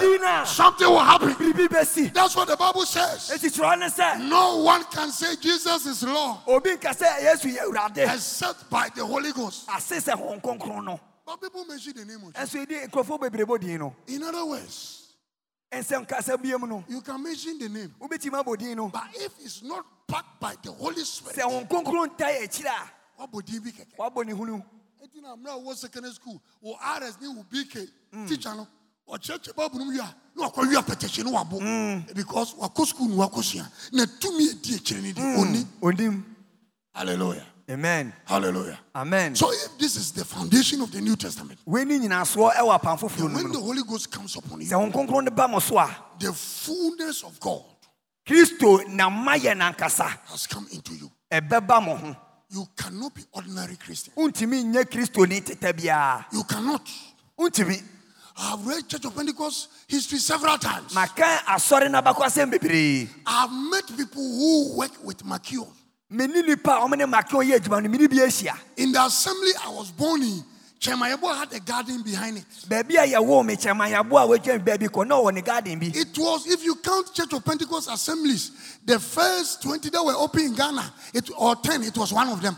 Speaker 1: name,
Speaker 2: din no a
Speaker 1: something will happen.
Speaker 2: biribi bɛsi
Speaker 1: Oh, That's what the Bible says.
Speaker 2: ɛti kyerɛ ne sɛ
Speaker 1: No one can say Jesus is Lord
Speaker 2: obi nka sɛ yesu yɛ awurade
Speaker 1: except by the Holy Ghost.
Speaker 2: ase sɛ hɔn kronkron no
Speaker 1: But people mention the name of Jesus.
Speaker 2: ɛnso yɛdi nkurɔfoɔ bebree bɔ din no
Speaker 1: In other words,
Speaker 2: ɛnsɛm kasa bia mu no
Speaker 1: you can mention the name,
Speaker 2: wobɛtumi abɔ din no
Speaker 1: but if it's not backed by the Holy Spirit,
Speaker 2: sɛ hɔn kronkron ta yɛ akyiri a
Speaker 1: what would he be? keke?
Speaker 2: wabɔ ne hunu
Speaker 1: Enti na mmerɛ a wɔwɔ secondary school wɔ rs ne wo bk teacher no ɔkyerɛkyerɛ bible no mu wie a na wakɔwie apɛtɛhyɛ no wabɔ because wakɔ school no wakɔsua na tumi ɛdi akyire no de ɔni
Speaker 2: onim
Speaker 1: halleluya
Speaker 2: amen
Speaker 1: halleluya
Speaker 2: amen
Speaker 1: so if this is the foundation of the new testament
Speaker 2: wei ne nyinasoɔ ɛwɔ apam foforɔ no mu
Speaker 1: when the
Speaker 2: no
Speaker 1: holy ghost comes upon
Speaker 2: sɛ
Speaker 1: you
Speaker 2: hɔn kronkron no ba mo so a
Speaker 1: the fullness of god
Speaker 2: kristo na ma yɛ nankasa
Speaker 1: has come into you
Speaker 2: ɛbɛba mo ho
Speaker 1: you cannot be ordinary christian
Speaker 2: wontumi nyɛ kristoni teta biara
Speaker 1: you cannot
Speaker 2: wontumi
Speaker 1: i have read church of pentecost history several times
Speaker 2: maka asɔre no abakɔ asɛm bebree
Speaker 1: i have met people who work with makion
Speaker 2: mene nipa a ɔmo ne makeo yɛ adwuma no mene bi ahyia
Speaker 1: In the assembly I was born in, Chemayebo had a garden behind it.
Speaker 2: baabi a yɛwɔ me kyɛmayabo a wɔatwa me baabi kɔ na ɔwɔ ne garden bi
Speaker 1: It was, if you count Church of Pentecost assemblies, the first 20 that were open in Ghana, it, or 10, it was one of them.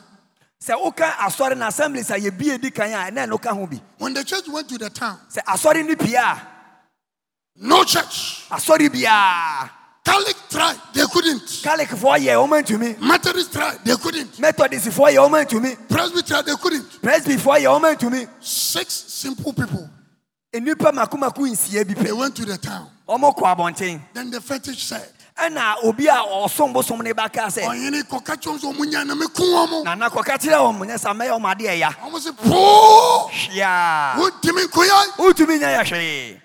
Speaker 2: sɛ woka asɔre no assemblies a yɛbie di kan a ɛna ɛno ka ho bi
Speaker 1: When the church went to the town,
Speaker 2: sɛ asɔre no pie a
Speaker 1: no church.
Speaker 2: asɔre biaa
Speaker 1: Catholic tried, they couldn't.
Speaker 2: kalekfoɔ yɛ ɔma ntumi
Speaker 1: Methodist tried, they couldn't.
Speaker 2: methodistfoɔ yɛ ɔma ntumi
Speaker 1: Presbyterian tried, they couldn't.
Speaker 2: presbyfoɔ yɛ ɔma ntumi
Speaker 1: Six simple people,
Speaker 2: nnipa makomako nsia bi
Speaker 1: they
Speaker 2: pɛ
Speaker 1: went to the town.
Speaker 2: ɔmɔkɔ abɔnten
Speaker 1: Then the fetish said,
Speaker 2: ɛna obi a ɔsom bosom no bɛkaa sɛ
Speaker 1: Ɔhene kɔka kyerɛ
Speaker 2: nana kɔka kyerɛ ɔm nyɛ sa mɛyɛ ɔm adeɛ ya
Speaker 1: wɔn sɛ
Speaker 2: hweaa
Speaker 1: wɔn
Speaker 2: wotumi nya yɛ hwee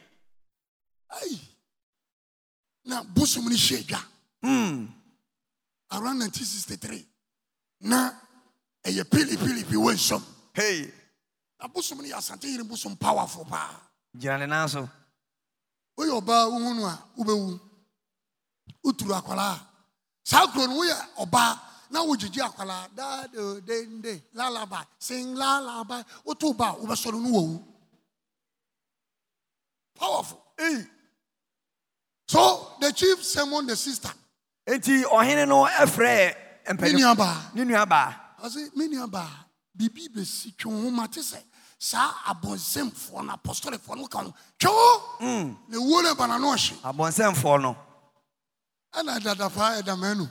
Speaker 1: Hey. na bosom no hyɛ adwa around 1963 na eh, ɛyɛ pilipili bi wɔ nsɛm
Speaker 2: hei
Speaker 1: na bosom no yɛ asante yere bosom powerful paa
Speaker 2: gyina ne nan so
Speaker 1: woyɛ ɔbaa wohu no a wobɛwu woturu akwalaa saa kuro no woyɛ ɔbaa na wogyegye akwalaa dado dende lalaba sen lalaba woto ba a wobɛsɔre no wɔwu powerful
Speaker 2: Ei.
Speaker 1: so the chief sermon the sister
Speaker 2: enti ɔhene no ɛfrɛ
Speaker 1: ne
Speaker 2: mpanyinfo-
Speaker 1: nuabaa
Speaker 2: ne nuabaa
Speaker 1: ɔsɛ me nuabaa biribi bɛsi twe wo ho ma te sɛ saa abɔnsɛmfoɔ no apostolifoɔ no ka ho twe wo na ɛwuo no bana no ɔhye
Speaker 2: abɔnsɛmfoɔ no
Speaker 1: ɛna dadafaa ɛdama nu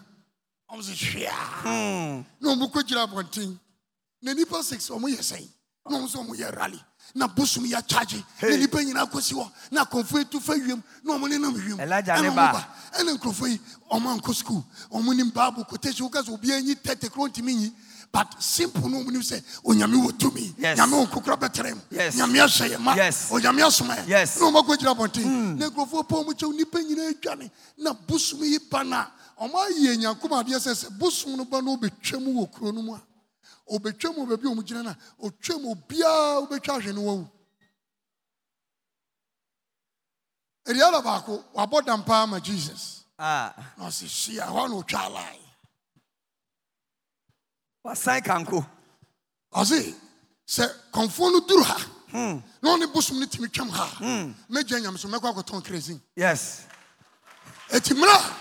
Speaker 1: ɔm sɛ hweaa
Speaker 2: Hmm.
Speaker 1: na ɔmo kɔgyina abɔnten na nnipa six ɔmo yɛ sɛn na ɔmo sɛ ɔmo yɛ rally na bosom yɛ kyagye na nnipa nyinaa kɔsi hɔ na akɔmfo ɛtu fa wiem na ɔmo ne nam wiem
Speaker 2: Elijah
Speaker 1: Ɛna
Speaker 2: ne
Speaker 1: ɔmo
Speaker 2: ba.
Speaker 1: ɛna nkurɔfoɔ yi ɔmo ankɔ school ɔmo nim bible quotation woka sɛ obiaa nyi tɛtɛ korɔ ntimi nyi but simple no ɔmo nim sɛ onyame wɔ tumi
Speaker 2: Yes.
Speaker 1: nyame wɔ nkokora bɛtrɛ mu
Speaker 2: Yes.
Speaker 1: nyame ahyɛ yɛ ma
Speaker 2: Yes.
Speaker 1: onyame asoma yɛ
Speaker 2: Yes.
Speaker 1: na ɔmo akɔgyina abɔnten na nkurɔfoɔ pɔn mu kyɛw nnipa nyinaa adwane na bosom yi ba no a ɔmo ayɛ nyankom adeɛ sɛ sɛ bosom no ba no wobɛtwa mu wɔ kuro no mu a obɛtwa mu wɔ baabi a ɔmo gyina no a ɔtwa mu obiaa wobɛtwa ahwɛ no wawu ɛdeɛ baako wabɔ dampaa ma jesus
Speaker 2: Ah,
Speaker 1: na ɔse hyia hɔ na ɔtwa alae
Speaker 2: wasan kanko
Speaker 1: ɔse sɛ kɔmfoɔ no duru ha na ɔne bosom no tumi twam ha a, mɛgya nyame so mɛkɔ akɔtɔn kresin
Speaker 2: yes
Speaker 1: ɛti mmerɛ a,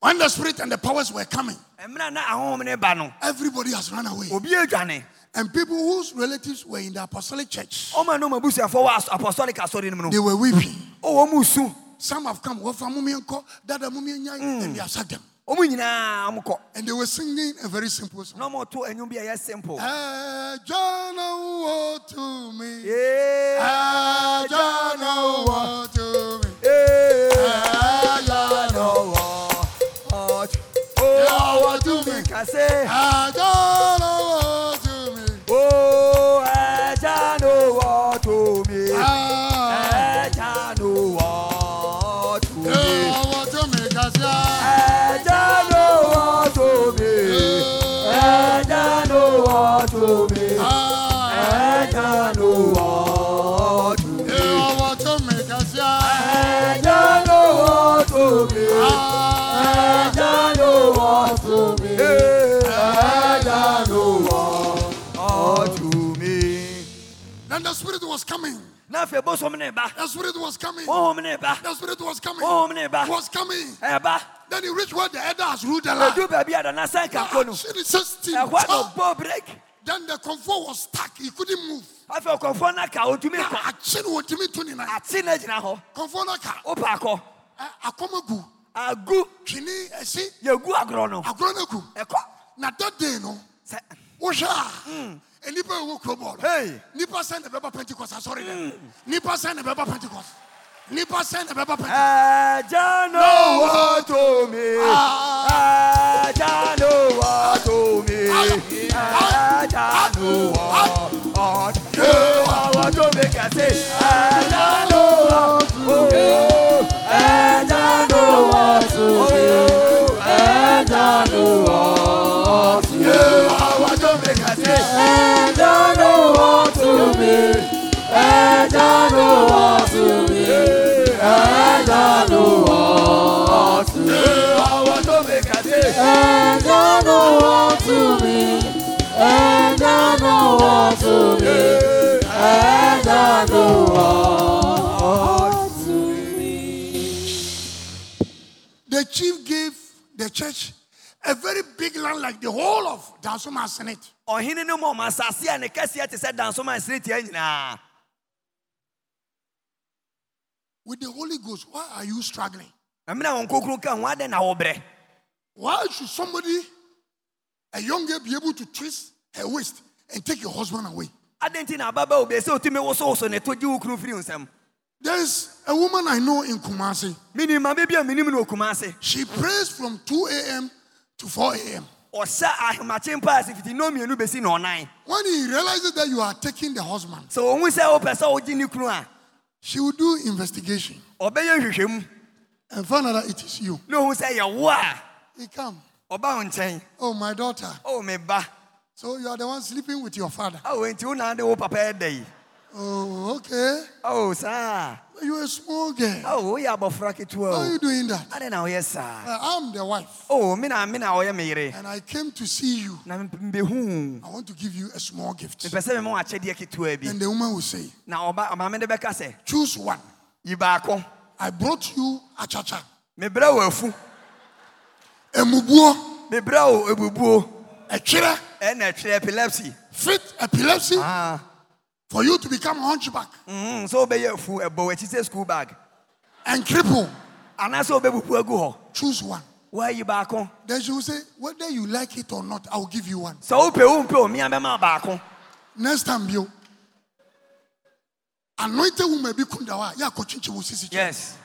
Speaker 1: when the spirit and the powers were coming
Speaker 2: mmerɛ na ahonhom ne ba no
Speaker 1: everybody has run away
Speaker 2: obi adwane
Speaker 1: and people whose relatives were in the apostolic church
Speaker 2: ɔma no ma abusuafoɔ wɔ as- apostolic asɔre no mu
Speaker 1: they
Speaker 2: no
Speaker 1: were weeping
Speaker 2: ɔwɔ mu su
Speaker 1: some have come wofa mummy nko dada mummy nyai and they have sacked them
Speaker 2: ɔmu nyinaa mokɔ
Speaker 1: and they were singing a very simple song
Speaker 2: na ɔmato anwum bi a ɛyɛ simple
Speaker 1: Ajana wo to me
Speaker 2: Yeah.
Speaker 1: Ajana wo to me
Speaker 2: Yeah.
Speaker 1: Ajana
Speaker 2: Oh, oh, oh. no one to me.
Speaker 1: Ìwọ̀wọ̀ tó mi kẹsí á.
Speaker 2: Ẹja no one to me. Ẹja no one to me. Ẹja no one to me.
Speaker 1: Then the spirit was coming.
Speaker 2: N'afɛ bosom ne ba,
Speaker 1: The spirit was coming.
Speaker 2: honhom ne ba,
Speaker 1: The spirit was coming.
Speaker 2: honhom ne ba,
Speaker 1: Was coming.
Speaker 2: ɛba.
Speaker 1: Then he reached where the elder has ruled the land.
Speaker 2: Edu Eh, baabi a dana sɛn kanko no,
Speaker 1: Actually, sixteen.
Speaker 2: ɛhɔ no
Speaker 1: Ah.
Speaker 2: bɔ break.
Speaker 1: Then the comfort was stuck. He couldn't move.
Speaker 2: Afɛ kɔfɔ na ka otumi kɔ.
Speaker 1: Akyere wɔ tumi to nyinaa.
Speaker 2: Ate na gyina hɔ,
Speaker 1: Comfort no ka. Eh,
Speaker 2: opa akɔ.
Speaker 1: Ɛ, Akɔm agu.
Speaker 2: Agu,
Speaker 1: Twene asi.
Speaker 2: yegu agorɔ no,
Speaker 1: Agorɔ no agu.
Speaker 2: ɛkɔ.
Speaker 1: eh, Na that day no.
Speaker 2: Sɛ
Speaker 1: wohwɛ a nnipa a ɛwɔ kurom hɔ
Speaker 2: Hmm. Hey.
Speaker 1: no nnipa sɛ ne bɛba pentecost asɔre dɛ nnipa sɛ ne bɛba pentecost nnipa sɛ ne bɛba pentecost
Speaker 2: ɛja no wo to me.
Speaker 1: Ah,
Speaker 2: Ẹja ló wà tó mi. Ẹja ló wà ọ̀dọ́ àwọn tó mi kẹ̀sí. Ẹja ló wà tó mi. Ẹja ló wà tó mi. Ẹja ló wà ọ̀dọ́ àwọn tó mi kẹ̀sí. Ẹja ló wà tó mi. Ẹja ló wà tó mi. Ẹja ló wà tó mi. Àwọn tó mi kẹ̀sí.
Speaker 4: I know what to be, and I know what to be, and I know what to be.
Speaker 1: the chief gave the church a very big land like the whole of dansoma senate
Speaker 2: ɔhene no mu ɔmasase a ne kɛseɛ te sɛ dansoma nsene tiɛ nyinaa
Speaker 1: with the holy ghost why are you struggling
Speaker 2: ɛmena wɔn kokro ka ho adɛn na wɔbrɛ
Speaker 1: why should somebody a young girl be able to twist her waist and take your husband away
Speaker 2: adɛn nti na ababa obie sɛ ɔtumi wosowoso ne to gye wo kunu firi wo nsɛm
Speaker 1: there's a woman i know in kumasi
Speaker 2: menim ma bɛbi a menim no ɔkuma ase
Speaker 1: she prays from 2 a.m to 4 a.m
Speaker 2: ɔhyɛ ahemakye mpa ase fiti no mmienu bɛsi ne ɔnan
Speaker 1: when he realizes that you are taking the husband
Speaker 2: sɛ ɔhu sɛ wopɛ sɛ wogye ne kunu a
Speaker 1: She will do investigation
Speaker 2: ɔbɛyɛ nhwehwɛmu
Speaker 1: and find out that it is you.
Speaker 2: na ɔhu sɛ yɛwo a
Speaker 1: He come.
Speaker 2: ɔba wo nkyɛn
Speaker 1: Oh, my daughter.
Speaker 2: o me ba
Speaker 1: So you are the one sleeping with your father.
Speaker 2: ao enti wo naa de wo papa ɛda yi
Speaker 1: Oh, okay.
Speaker 2: ao saa
Speaker 1: But You're a small girl.
Speaker 2: ao woyɛ abɔfra ketewa
Speaker 1: How are you
Speaker 2: o
Speaker 1: doing that?
Speaker 2: adɛn na woyɛ saa
Speaker 1: "Well, I'm the wife,
Speaker 2: o mena mena ɔyɛ me yere
Speaker 1: and I came to see you.
Speaker 2: na mbehu
Speaker 1: I want to give you a small gift.
Speaker 2: mepɛ sɛ mema wo akyɛdeɛ ketewa bi
Speaker 1: And the woman will say,
Speaker 2: na ɔba ɔmaame de bɛka sɛ
Speaker 1: Choose one.
Speaker 2: yi baako
Speaker 1: I brought you a chacha,
Speaker 2: mebrɛ wo afu
Speaker 1: a mubuo,
Speaker 2: mebrɛ wo ebubuo
Speaker 1: a chira,
Speaker 2: ɛna ɛtwerɛ epilepsy
Speaker 1: fit epilepsy
Speaker 2: Ah,
Speaker 1: for you to become hunchback
Speaker 2: mm, sɛ wobɛyɛ afu ɛbɔ w'akyi sɛ school bag
Speaker 1: and cripple.
Speaker 2: anaasɛ wobɛbubu agu hɔ
Speaker 1: Choose one.
Speaker 2: woayi baako
Speaker 1: Then she will say, Whether you like it or not, I'll give you one.
Speaker 2: sɛ wopɛ wompɛ o mea bɛma wo baako
Speaker 1: next time bio anointed woman bi kunda hɔ a yɛ akɔkyenkye wo sisi kyɛ
Speaker 2: yes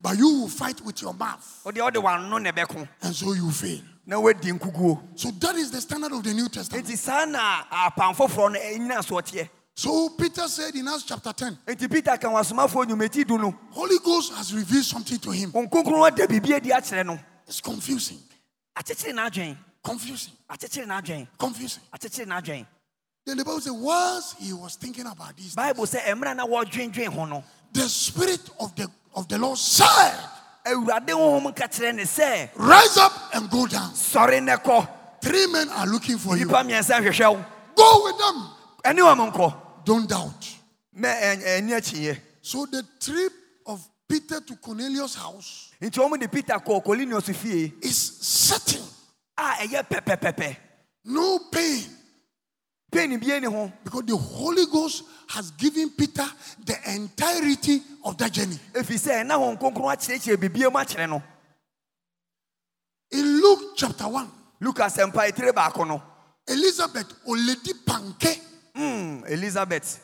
Speaker 1: but you will fight with your mouth
Speaker 2: wodeɛ wode wano ne bɛko
Speaker 1: and so you fail
Speaker 2: na woadi nkuguo
Speaker 1: so that is the standard of the new testament
Speaker 2: enti saa na apan foforɔ no eh, ɛnyina soɔteɛ
Speaker 1: so peter said in acts chapter 10
Speaker 2: enti peter ka wasomafoɔ nnwumati du no
Speaker 1: holy ghost has revealed something to him
Speaker 2: onkonkron ada biribi adi akyerɛ no
Speaker 1: it's confusing
Speaker 2: akyekyere n'adwen
Speaker 1: confusing
Speaker 2: akyekyere n'adwen
Speaker 1: confusing
Speaker 2: akyekyere n'adwen
Speaker 1: then the bible says whilst he was thinking about this
Speaker 2: bible sɛ ɛmmerɛ na wɔdwendwen ho no
Speaker 1: the spirit of the of the lord said
Speaker 2: awurade honhom ka kyerɛ ne sɛ
Speaker 1: rise up and go down
Speaker 2: sɔre ne kɔ
Speaker 1: three men are looking for you
Speaker 2: nnipa mmiɛnsa hwehwɛ wo
Speaker 1: go with them
Speaker 2: ɛne wɔ m nkɔ
Speaker 1: don't doubt
Speaker 2: ma ɛn- ɛni akyinyɛ
Speaker 1: So the trip of Peter to Cornelius' house
Speaker 2: nti ɔm de peter kɔɔ kolinius fie
Speaker 1: is certain.
Speaker 2: a ɛyɛ pɛpɛpɛpɛ
Speaker 1: No pain.
Speaker 2: pain bie ne ho
Speaker 1: Because the Holy Ghost has given Peter the entirety of that journey.
Speaker 2: ɛfiri sɛ ɛna hɔ nkonkron akyerɛkyerɛ bibie mu akyerɛ no
Speaker 1: In Luke chapter 1,
Speaker 2: lukas mpa etire baako no
Speaker 1: Elizabeth, Oledi Panke,
Speaker 2: mm, elizabeth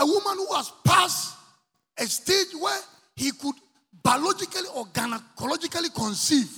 Speaker 1: a woman who has passed a stage where he could biologically or gynecologically conceive.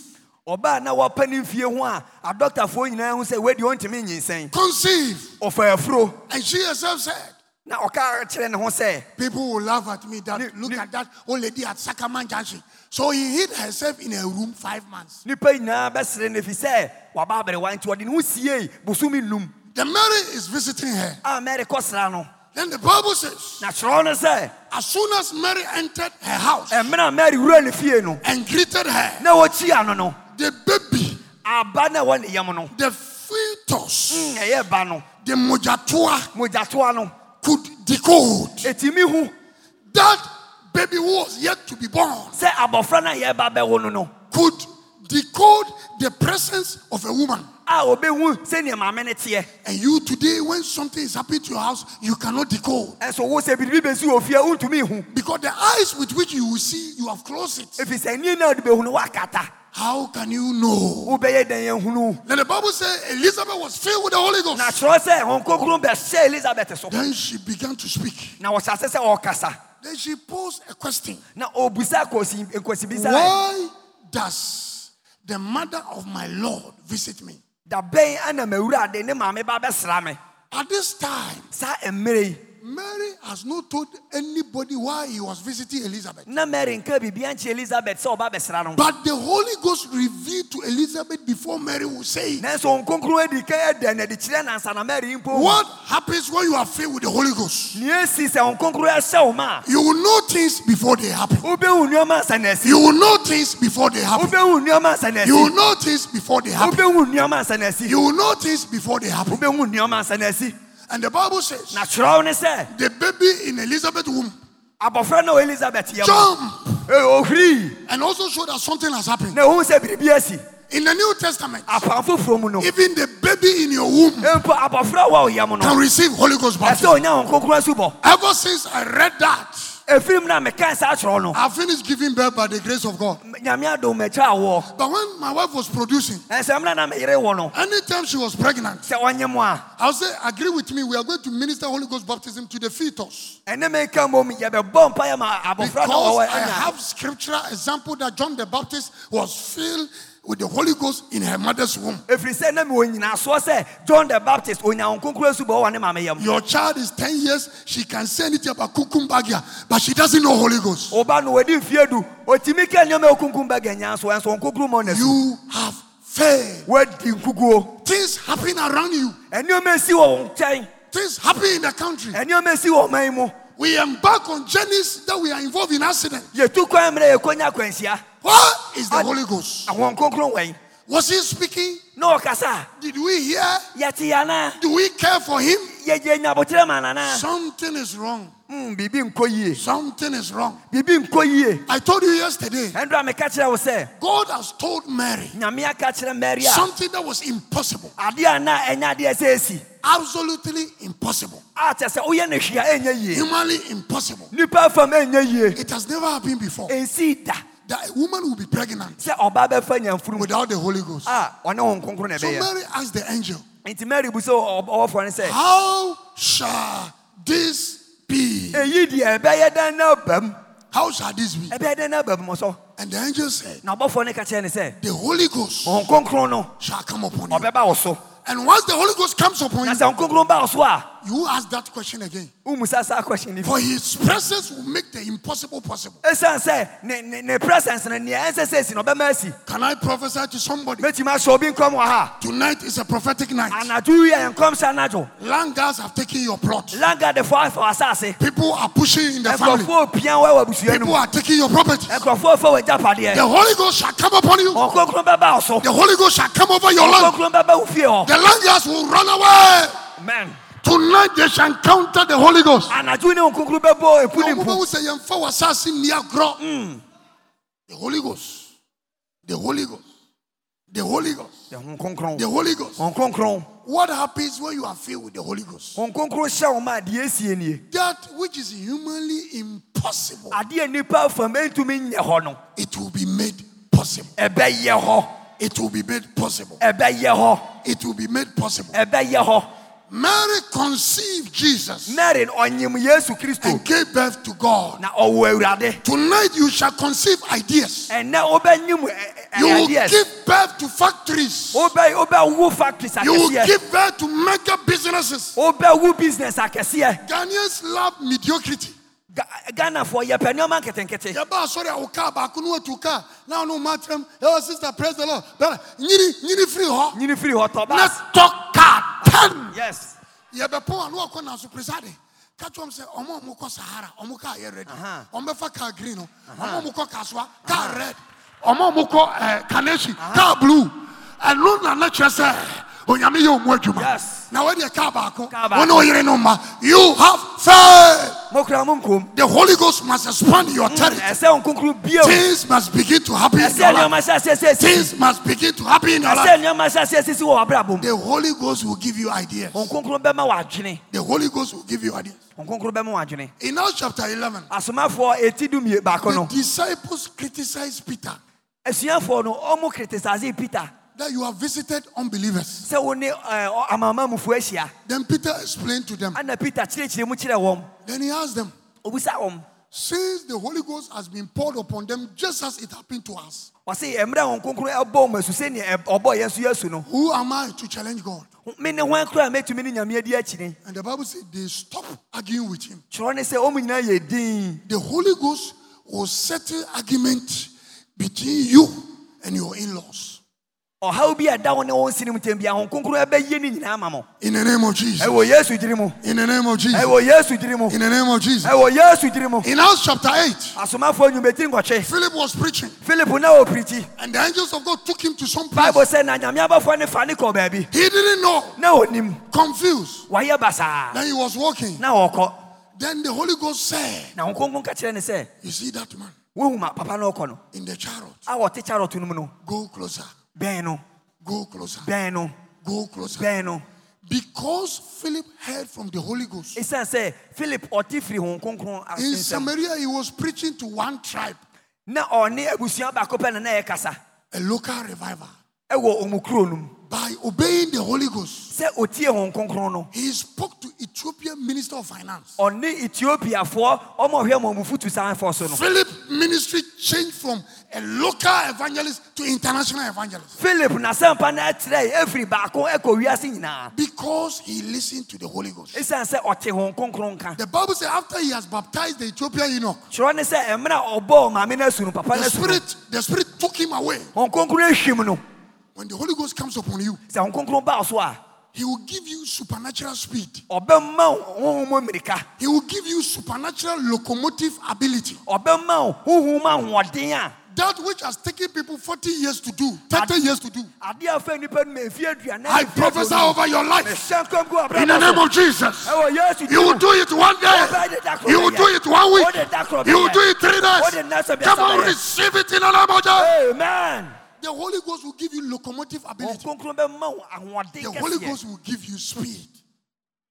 Speaker 2: ɔbaa na wɔpa ne mfie ho a adɔktafoɔ nyinaa hu sɛ wadi ɔntumi nyinsɛn
Speaker 1: Conceive.
Speaker 2: ɔfa afuro
Speaker 1: And she herself said,
Speaker 2: na ɔka kyerɛ ne ho sɛ
Speaker 1: People will laugh at me that
Speaker 2: Ni-
Speaker 1: look
Speaker 2: ni-
Speaker 1: at that old lady at Sacrament Junction. So he hid herself in a room five months.
Speaker 2: nnipa nyinaa bɛsere no fi sɛ waba aberewa nti ɔde ne ho siei bosome num
Speaker 1: The Mary is visiting her.
Speaker 2: a mary kɔsra no
Speaker 1: Then the Bible says,
Speaker 2: na kyerɛw no sɛ
Speaker 1: as soon as Mary entered her house
Speaker 2: ɛmena a mary wura ne fie no
Speaker 1: and greeted her,
Speaker 2: na wɔkyia no no
Speaker 1: the baby,
Speaker 2: aba na ɛwɔ ne yam no
Speaker 1: the fetus,
Speaker 2: mm, ɛyɛ ba no
Speaker 1: the mojatua
Speaker 2: mogyatoa no
Speaker 1: could decode
Speaker 2: ɛtumi hu
Speaker 1: that baby who was yet to be born
Speaker 2: sɛ abɔfra no a yɛba bɛwo no no
Speaker 1: could decode the presence of a woman.
Speaker 2: a obɛhu sɛnea maame no teɛ
Speaker 1: And you today, when something is happening to your house, you cannot decode
Speaker 2: ɛnso wo sɛ biribi bɛsi wɔ fie a, wontumi hu
Speaker 1: because the eyes with which you will see, you have closed it.
Speaker 2: ɛfiri sɛ ani no a wode bɛhu no woakata
Speaker 1: How can you know?
Speaker 2: wobɛyɛ dɛn yɛhunu
Speaker 1: Then the Bible says Elizabeth was filled with the Holy
Speaker 2: na
Speaker 1: Ghost.
Speaker 2: kyerɛ sɛ hon kronkron bɛhyɛ elisabet so
Speaker 1: Then she began to speak.
Speaker 2: na wɔhyɛ ase sɛ ɔrekasa
Speaker 1: Then she posed a question
Speaker 2: na ɔbusa nkɔsibisa
Speaker 1: Why does the mother of my Lord visit me?
Speaker 2: da bɛn ana mawurade ne maame ba bɛsra me
Speaker 1: At this time,
Speaker 2: saa mmerɛ yi
Speaker 1: Mary has not told anybody why he was visiting Elizabeth.
Speaker 2: na mary nka biribia nkye elisabet sɛ ɔba bɛsra no
Speaker 1: But the Holy Ghost revealed to Elizabeth before Mary will say it.
Speaker 2: nanso hon kronkron adi ka ɛdɛ na de kyerɛ nansa na mary yi mpo hu.
Speaker 1: What happens when you are filled with the Holy Ghost?
Speaker 2: nea esi sɛ hon kronkron ɛhyɛ wo ma a
Speaker 1: You will know things before they happen.
Speaker 2: wobɛhu nneɔma ansa na asi
Speaker 1: You will know things before they happen.
Speaker 2: wobɛhu nneɔma ansa na asi
Speaker 1: You will know things before they happen.
Speaker 2: wobɛhu nneɔma ansa na asi
Speaker 1: You will know things before they happen.
Speaker 2: wobɛhu nneɔma ansa na asi
Speaker 1: And the Bible says
Speaker 2: na twerɛw ne sɛ
Speaker 1: the baby in Elizabeth's womb
Speaker 2: abɔfra no a elisabet yɛ no
Speaker 1: jumped
Speaker 2: eh, ɔhwirii
Speaker 1: and also showed that something has happened.
Speaker 2: na ɛhu sɛ biribi asi
Speaker 1: In the New Testament,
Speaker 2: apam foforɔ mu no
Speaker 1: even the baby in your womb
Speaker 2: mpo abɔfra wɔ ɔyam no
Speaker 1: can receive Holy Ghost
Speaker 2: ɛsɛ
Speaker 1: baptism.
Speaker 2: onya hon kronkron asubɔ
Speaker 1: Ever since I read that,
Speaker 2: ɛfirim no a mekae saa twerɛw no
Speaker 1: I finished giving birth by the grace of God.
Speaker 2: nyame adom makyɛ awoɔ
Speaker 1: But when my wife was producing,
Speaker 2: ɛnsɛ mena na meyere wɔ no
Speaker 1: anytime she was pregnant,
Speaker 2: sɛ ɔnye mo a
Speaker 1: I'll say, agree with me, we are going to minister Holy Ghost baptism to the fetus.
Speaker 2: ɛne meka mmom yɛbɛbɔ mpaeɛ ma abɔfra
Speaker 1: Because
Speaker 2: no wɔwɔ
Speaker 1: I
Speaker 2: ɛna
Speaker 1: have scriptural example that John the Baptist was filled with the Holy Ghost in her mother's womb.
Speaker 2: ɛfiri sɛ na mewɔ nyinasoɔ sɛ john the baptist onya hon kronkron asubɔ wɔ ne mameyam
Speaker 1: Your child is 10 years, she can say anything about kukumbagia, but she doesn't know Holy Ghost.
Speaker 2: ɔba no wɔdi mfie du ɔtumi ka nneɛma ɛkunkum bɛ gɛnya so ɛnso ɔnkonkuru ma ɔna su
Speaker 1: You have failed.
Speaker 2: wadi nkukuo
Speaker 1: Things happen around you,
Speaker 2: ɛnneɛma esi wɔ wɔn nkyɛn
Speaker 1: things happen in the country.
Speaker 2: ɛnneɛma esi wɔ ɔman yi mu
Speaker 1: We embark on journeys that we are involved in accident.
Speaker 2: yɛtu kwan mmerɛ yɛkɔnya akwanhyia
Speaker 1: What is the
Speaker 2: Ad-
Speaker 1: Holy Ghost?
Speaker 2: ahoɔn kronkron wɛn
Speaker 1: Was he speaking?
Speaker 2: na ɔkasa a,
Speaker 1: Did we hear?
Speaker 2: yɛte yɛ anaa
Speaker 1: Do we care for him?
Speaker 2: yɛgye nyabotrɛ ma nanaa
Speaker 1: Something is wrong.
Speaker 2: mm, biribi nkɔ yie
Speaker 1: Something is wrong.
Speaker 2: biribi nkɔ yie
Speaker 1: I told you yesterday,
Speaker 2: ɛndoro a meka kyerɛ wo sɛ
Speaker 1: God has told Mary
Speaker 2: nyame aka kyerɛ mary a
Speaker 1: something that was impossible,
Speaker 2: adeɛ a na ɛnyɛ adeɛ sɛ esi
Speaker 1: absolutely impossible,
Speaker 2: a kyɛ sɛ woyɛ ne hwee a ɛnyɛ yie
Speaker 1: humanly impossible.
Speaker 2: nnipa fam ɛnyɛ yie
Speaker 1: It has never happened before
Speaker 2: ɛnsii da
Speaker 1: that a woman will be pregnant
Speaker 2: sɛ ɔbaa bɛfa nyamfurum
Speaker 1: without the Holy Ghost.
Speaker 2: a ɔne wɔn nkonkoro na
Speaker 1: So
Speaker 2: ɛbɛyɛ
Speaker 1: Mary asked the angel,
Speaker 2: nti mary bu sɛ ɔwɔfoɔ no sɛ
Speaker 1: How shall this be?
Speaker 2: ɛyi deɛ ɛbɛyɛ dɛn na aba mu
Speaker 1: How shall this be?
Speaker 2: ɛbɛyɛ dɛn na aba mu sɔ
Speaker 1: And the angel said,
Speaker 2: na ɔbɔfoɔ no ka kyerɛ ne sɛ
Speaker 1: The Holy Ghost
Speaker 2: ɔhon kronkron no
Speaker 1: shall come upon you.
Speaker 2: ɔbɛba wo so
Speaker 1: And once the Holy Ghost comes upon
Speaker 2: na
Speaker 1: you,
Speaker 2: sɛ ɔhon kronkron ba wo so a
Speaker 1: you ask that question again.
Speaker 2: womu saa saa question ni
Speaker 1: For his presence will make the impossible possible.
Speaker 2: ɛsiane sɛ ne- ne- ne presence no neɛ ɛnsɛ sɛ esi no ɔbɛma asi
Speaker 1: Can I prophesy to somebody?
Speaker 2: mɛtumi ahyɛ obi nkɔm wɔ ha
Speaker 1: Tonight is a prophetic night.
Speaker 2: anadwo yi a nkɔm hyɛ anadwo
Speaker 1: Langas have taken your plot.
Speaker 2: langadefoɔ afa wɔ asase
Speaker 1: People are pushing in the family.
Speaker 2: nkurɔfoɔ opia wɔ wɔ abusua no
Speaker 1: People
Speaker 2: mu
Speaker 1: are taking your property.
Speaker 2: nkurɔfoɔ fa wɔ agyapadeɛ
Speaker 1: The Holy Ghost shall come upon you.
Speaker 2: ɔhon kronkron bɛba wo so
Speaker 1: The Holy Ghost shall come over your
Speaker 2: ɔhon
Speaker 1: land.
Speaker 2: kronkron bɛba wo fie hɔ
Speaker 1: The Langas will run away.
Speaker 2: amen
Speaker 1: Tonight they shall encounter the Holy Ghost.
Speaker 2: anadwo ne nkonkuru bɛbɔ epu ne
Speaker 1: The woman
Speaker 2: mpo
Speaker 1: who say, "Yɛmfa w'asase nni agorɔ." The Holy Ghost. The Holy Ghost. The Holy Ghost.
Speaker 2: ɛho nkonkron
Speaker 1: The Holy Ghost.
Speaker 2: nkonkron
Speaker 1: What happens when you are filled with the Holy Ghost?
Speaker 2: nkonkron hyɛ wɔn ma adeɛ esie nie
Speaker 1: That which is humanly impossible,
Speaker 2: adeɛ nipa fam etumi nyɛ hɔ no
Speaker 1: it will be made possible.
Speaker 2: ɛbɛyɛ hɔ
Speaker 1: It will be made possible.
Speaker 2: ɛbɛyɛ hɔ
Speaker 1: It will be made possible.
Speaker 2: ɛbɛyɛ hɔ
Speaker 1: Mary conceived Jesus
Speaker 2: mary no, ɔnyim yesu kristo
Speaker 1: and gave birth to God.
Speaker 2: na ɔwɔ awurade
Speaker 1: Tonight you shall conceive ideas.
Speaker 2: ɛnɛ ɔbɛnyim ɛ- ɛ-
Speaker 1: You will
Speaker 2: adeɛ
Speaker 1: give birth to factories.
Speaker 2: ɔbɛ ɔbɛwu factories
Speaker 1: You will
Speaker 2: akɛseɛ
Speaker 1: give birth to mega businesses.
Speaker 2: ɔbɛwu business akɛseɛ
Speaker 1: Ghanaians love mediocrity.
Speaker 2: Ga- ghanafoɔ yɛpɛ nneɛma nketenkete
Speaker 1: Yaba sorry, I will car back no to car. Now no matter. Oh sister, praise the Lord. Brother, nyiri nyiri free ho.
Speaker 2: nyini firi hɔ tɔ
Speaker 1: Let's
Speaker 2: baas
Speaker 1: talk car. ten.
Speaker 2: Yes.
Speaker 1: yɛbɛpɔn a na wɔkɔ nansopresade ka kyerɛ m sɛ ɔma ɔmo kɔ sahara ɔmo kaa yɛ red
Speaker 2: Aha.
Speaker 1: ɔmbɛfa kaa green no ɔma ɔmo kɔ kasoa kaa red ɔma ɔmo kɔ eh, kanesi kaa blue ɛno na na kyerɛ sɛ onyame yɛ ɔmu
Speaker 2: Yes.
Speaker 1: adwuma na wadeɛ kaa baako
Speaker 2: Kaa
Speaker 1: wo ne
Speaker 2: baako.
Speaker 1: woyere no ma you have faith
Speaker 2: Mo kura mo nkom.
Speaker 1: the holy ghost must expand your
Speaker 2: Mm,
Speaker 1: territory
Speaker 2: Ɛsɛ nkonkuru bio.
Speaker 1: things must begin to happen in
Speaker 2: Ɛsɛ
Speaker 1: your life
Speaker 2: nneɛma hyɛ aseɛ sɛsi.
Speaker 1: things must begin to happen in your
Speaker 2: Ɛsɛ
Speaker 1: life
Speaker 2: nneɛma hyɛ aseɛ sɛsi wɔ abrabɔ mu.
Speaker 1: the holy ghost will give you ideas
Speaker 2: Nkonkuru bɛma wɔ adwene.
Speaker 1: the holy ghost will give you ideas
Speaker 2: Nkonkuru bɛma wɔ adwene.
Speaker 1: in acts chapter 11
Speaker 2: Asomafoɔ eti du mie baako
Speaker 1: The
Speaker 2: no.
Speaker 1: disciples criticized Peter
Speaker 2: Asuafoɔ no ɔmo criticize Peter eh,
Speaker 1: that you have visited unbelievers.
Speaker 2: sɛ wo ne ɛɛ amamamufoɔ ahyia.
Speaker 1: Then Peter explained to them.
Speaker 2: Ana Peter kyerɛkyerɛ mu kyerɛ wɔn.
Speaker 1: Then he asked them,
Speaker 2: Obisa wɔn.
Speaker 1: Since the Holy Ghost has been poured upon them, just as it happened to us,
Speaker 2: Wɔsi mmerɛ nkonkuru ɛbɔ wɔn asu sɛnea ɛb- ɔbɔ Yesu Yesu no.
Speaker 1: who am I to challenge God?
Speaker 2: Me ne wɔn kura metumi ne nyamea di akyi ne.
Speaker 1: And the Bible said they stopped arguing with him.
Speaker 2: Kyerɛ ne "Oh, sɛ ɔmo nyinaa yɛ din.
Speaker 1: The Holy Ghost will settle argument between you and your in laws.
Speaker 2: Ɔhaw bi a ɛda wɔn ne wɔn si ne mu ntɛm bi ahɔn nkonkuru ɛbɛyɛ ne nyinaa ma mo.
Speaker 1: In the name of Jesus.
Speaker 2: Ɛwɔ Yesu diri mu.
Speaker 1: In the name of Jesus.
Speaker 2: Ɛwɔ Yesu diri mu.
Speaker 1: In the name of Jesus.
Speaker 2: Ɛwɔ Yesu diri mu.
Speaker 1: In Acts chapter 8,
Speaker 2: Asomafoɔ nyumetiri nkɔtwe.
Speaker 1: Philip was preaching,
Speaker 2: Philip na ɔpirikyi.
Speaker 1: and the angels of God took him to some place.
Speaker 2: Bible sɛ na nyame abɔfoɔ ne fa ne kɔ baabi.
Speaker 1: He didn't know.
Speaker 2: Na onim.
Speaker 1: confused.
Speaker 2: Wayɛ basaa.
Speaker 1: Then he was walking.
Speaker 2: Na ɔkɔ.
Speaker 1: Then the Holy Ghost said,
Speaker 2: Na wɔn nkonkuru ka kyerɛ ne sɛ
Speaker 1: You see that man
Speaker 2: wohu ma papa na ɔkɔ no.
Speaker 1: in the chariot?
Speaker 2: A wɔte kyarɔto no mu no.
Speaker 1: Go closer.
Speaker 2: Bɛn no.
Speaker 1: Go closer.
Speaker 2: Bɛn no.
Speaker 1: Go closer.
Speaker 2: Bɛn no.
Speaker 1: Because Philip heard from the Holy Ghost.
Speaker 2: Esiane sɛ Philip ɔte firi wɔn nkonkuru
Speaker 1: In
Speaker 2: asensɛm.
Speaker 1: Samaria, he was preaching to one tribe,
Speaker 2: Na ɔne abusua baako pɛ na na yɛ kasa.
Speaker 1: a local revival.
Speaker 2: Ɛwɔ wɔn kuro no mu.
Speaker 1: By obeying the Holy Ghost,
Speaker 2: Sɛ otie wɔn nkonkuru no.
Speaker 1: he spoke to Ethiopian minister of finance.
Speaker 2: Ɔne Ethiopiafoɔ ɔmo ɔhwɛ wɔn mufutu san fɔ so no.
Speaker 1: Philip ministry changed from a local evangelist to international evangelist
Speaker 2: Philip n'asɛmpa na ɛtrɛ efiri baako ɛkɔ wiase nyinaa.
Speaker 1: because he listened to the Holy Ghost.
Speaker 2: Esiane sɛ ɔte wɔn nkonkuru nka.
Speaker 1: The Bible says after he has baptized the Ethiopian eunuch,
Speaker 2: kyerɛ ne sɛ ɛmmerɛ a ɔbɔɔ maame no asu no papa no
Speaker 1: the
Speaker 2: asu no
Speaker 1: spirit, the spirit took him away.
Speaker 2: ɔnkonkoro ahwim no
Speaker 1: When the Holy Ghost comes upon you,
Speaker 2: sɛ ɔnkonkoro baa so a
Speaker 1: He will give you supernatural speed.
Speaker 2: ɔbɛma wo honhom mu mmirika
Speaker 1: He will give you supernatural locomotive ability.
Speaker 2: ɔbɛma wo honhom mu ahoɔden a
Speaker 1: That which has taken people 40 years to do, 30 years to do.
Speaker 2: adeɛ a ɔfa nnipa no ma ɛfie aduane
Speaker 1: I prophesy over your life
Speaker 2: mehyɛ nkɔm gu
Speaker 1: in the name
Speaker 2: abrabɔ so
Speaker 1: of Jesus.
Speaker 2: ɛwɔ yesu
Speaker 1: You will
Speaker 2: din mu.
Speaker 1: do it one day. You will do it one week. You will do it three days. Come on, receive it in the name of Jesus.
Speaker 2: amen
Speaker 1: The Holy Ghost will give you locomotive ability.
Speaker 2: ɔnkonkoro bɛma wo ahoɔden
Speaker 1: The Holy Ghost
Speaker 2: kɛseɛ
Speaker 1: will give you speed.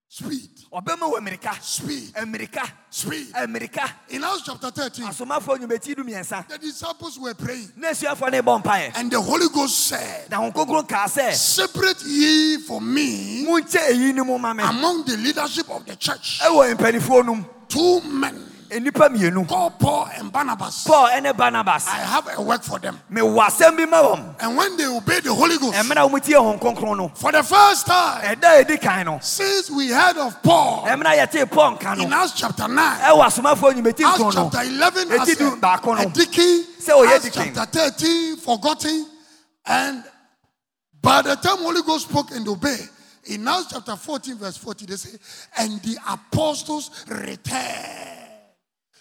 Speaker 1: Speed.
Speaker 2: ɔbɛma wo mmirika
Speaker 1: Speed.
Speaker 2: mmirika
Speaker 1: Speed.
Speaker 2: mmirika
Speaker 1: In Acts chapter 13,
Speaker 2: asomafoɔ nnwumati du mmiɛnsa
Speaker 1: the disciples were praying,
Speaker 2: na asuafoɔ no bɔ mpaeɛ
Speaker 1: and the Holy Ghost said,
Speaker 2: na honkonkoro kaa sɛ
Speaker 1: Separate ye for me
Speaker 2: monkyɛ eyi ne mu ma me
Speaker 1: among the leadership of the church
Speaker 2: ɛwɔ mpanimfoɔ no mu
Speaker 1: two men
Speaker 2: nnipa mmienu
Speaker 1: called Paul and Barnabas.
Speaker 2: paul ne barnabas
Speaker 1: I have a work for them.
Speaker 2: mewɔ asɛm bi ma wɔn
Speaker 1: And when they obeyed the Holy Ghost,
Speaker 2: ɛmena wɔmutie hɔn kronkron no
Speaker 1: for the first time
Speaker 2: ɛda a ɛdi kan no
Speaker 1: since we heard of Paul
Speaker 2: ɛmena yɛtee paul nka
Speaker 1: in
Speaker 2: no
Speaker 1: Acts chapter 9,
Speaker 2: ɛwɔ asomafoɔ nnwumati
Speaker 1: Acts
Speaker 2: nkron no
Speaker 1: chapter 11
Speaker 2: Eti
Speaker 1: as a,
Speaker 2: du baako no.
Speaker 1: a deacon,
Speaker 2: Sɛ ɔyɛ
Speaker 1: Acts
Speaker 2: deacon.
Speaker 1: chapter 13 forgotten, and by the time Holy Ghost spoke and obeyed, in Acts chapter 14 verse 40 they say, and the apostles returned.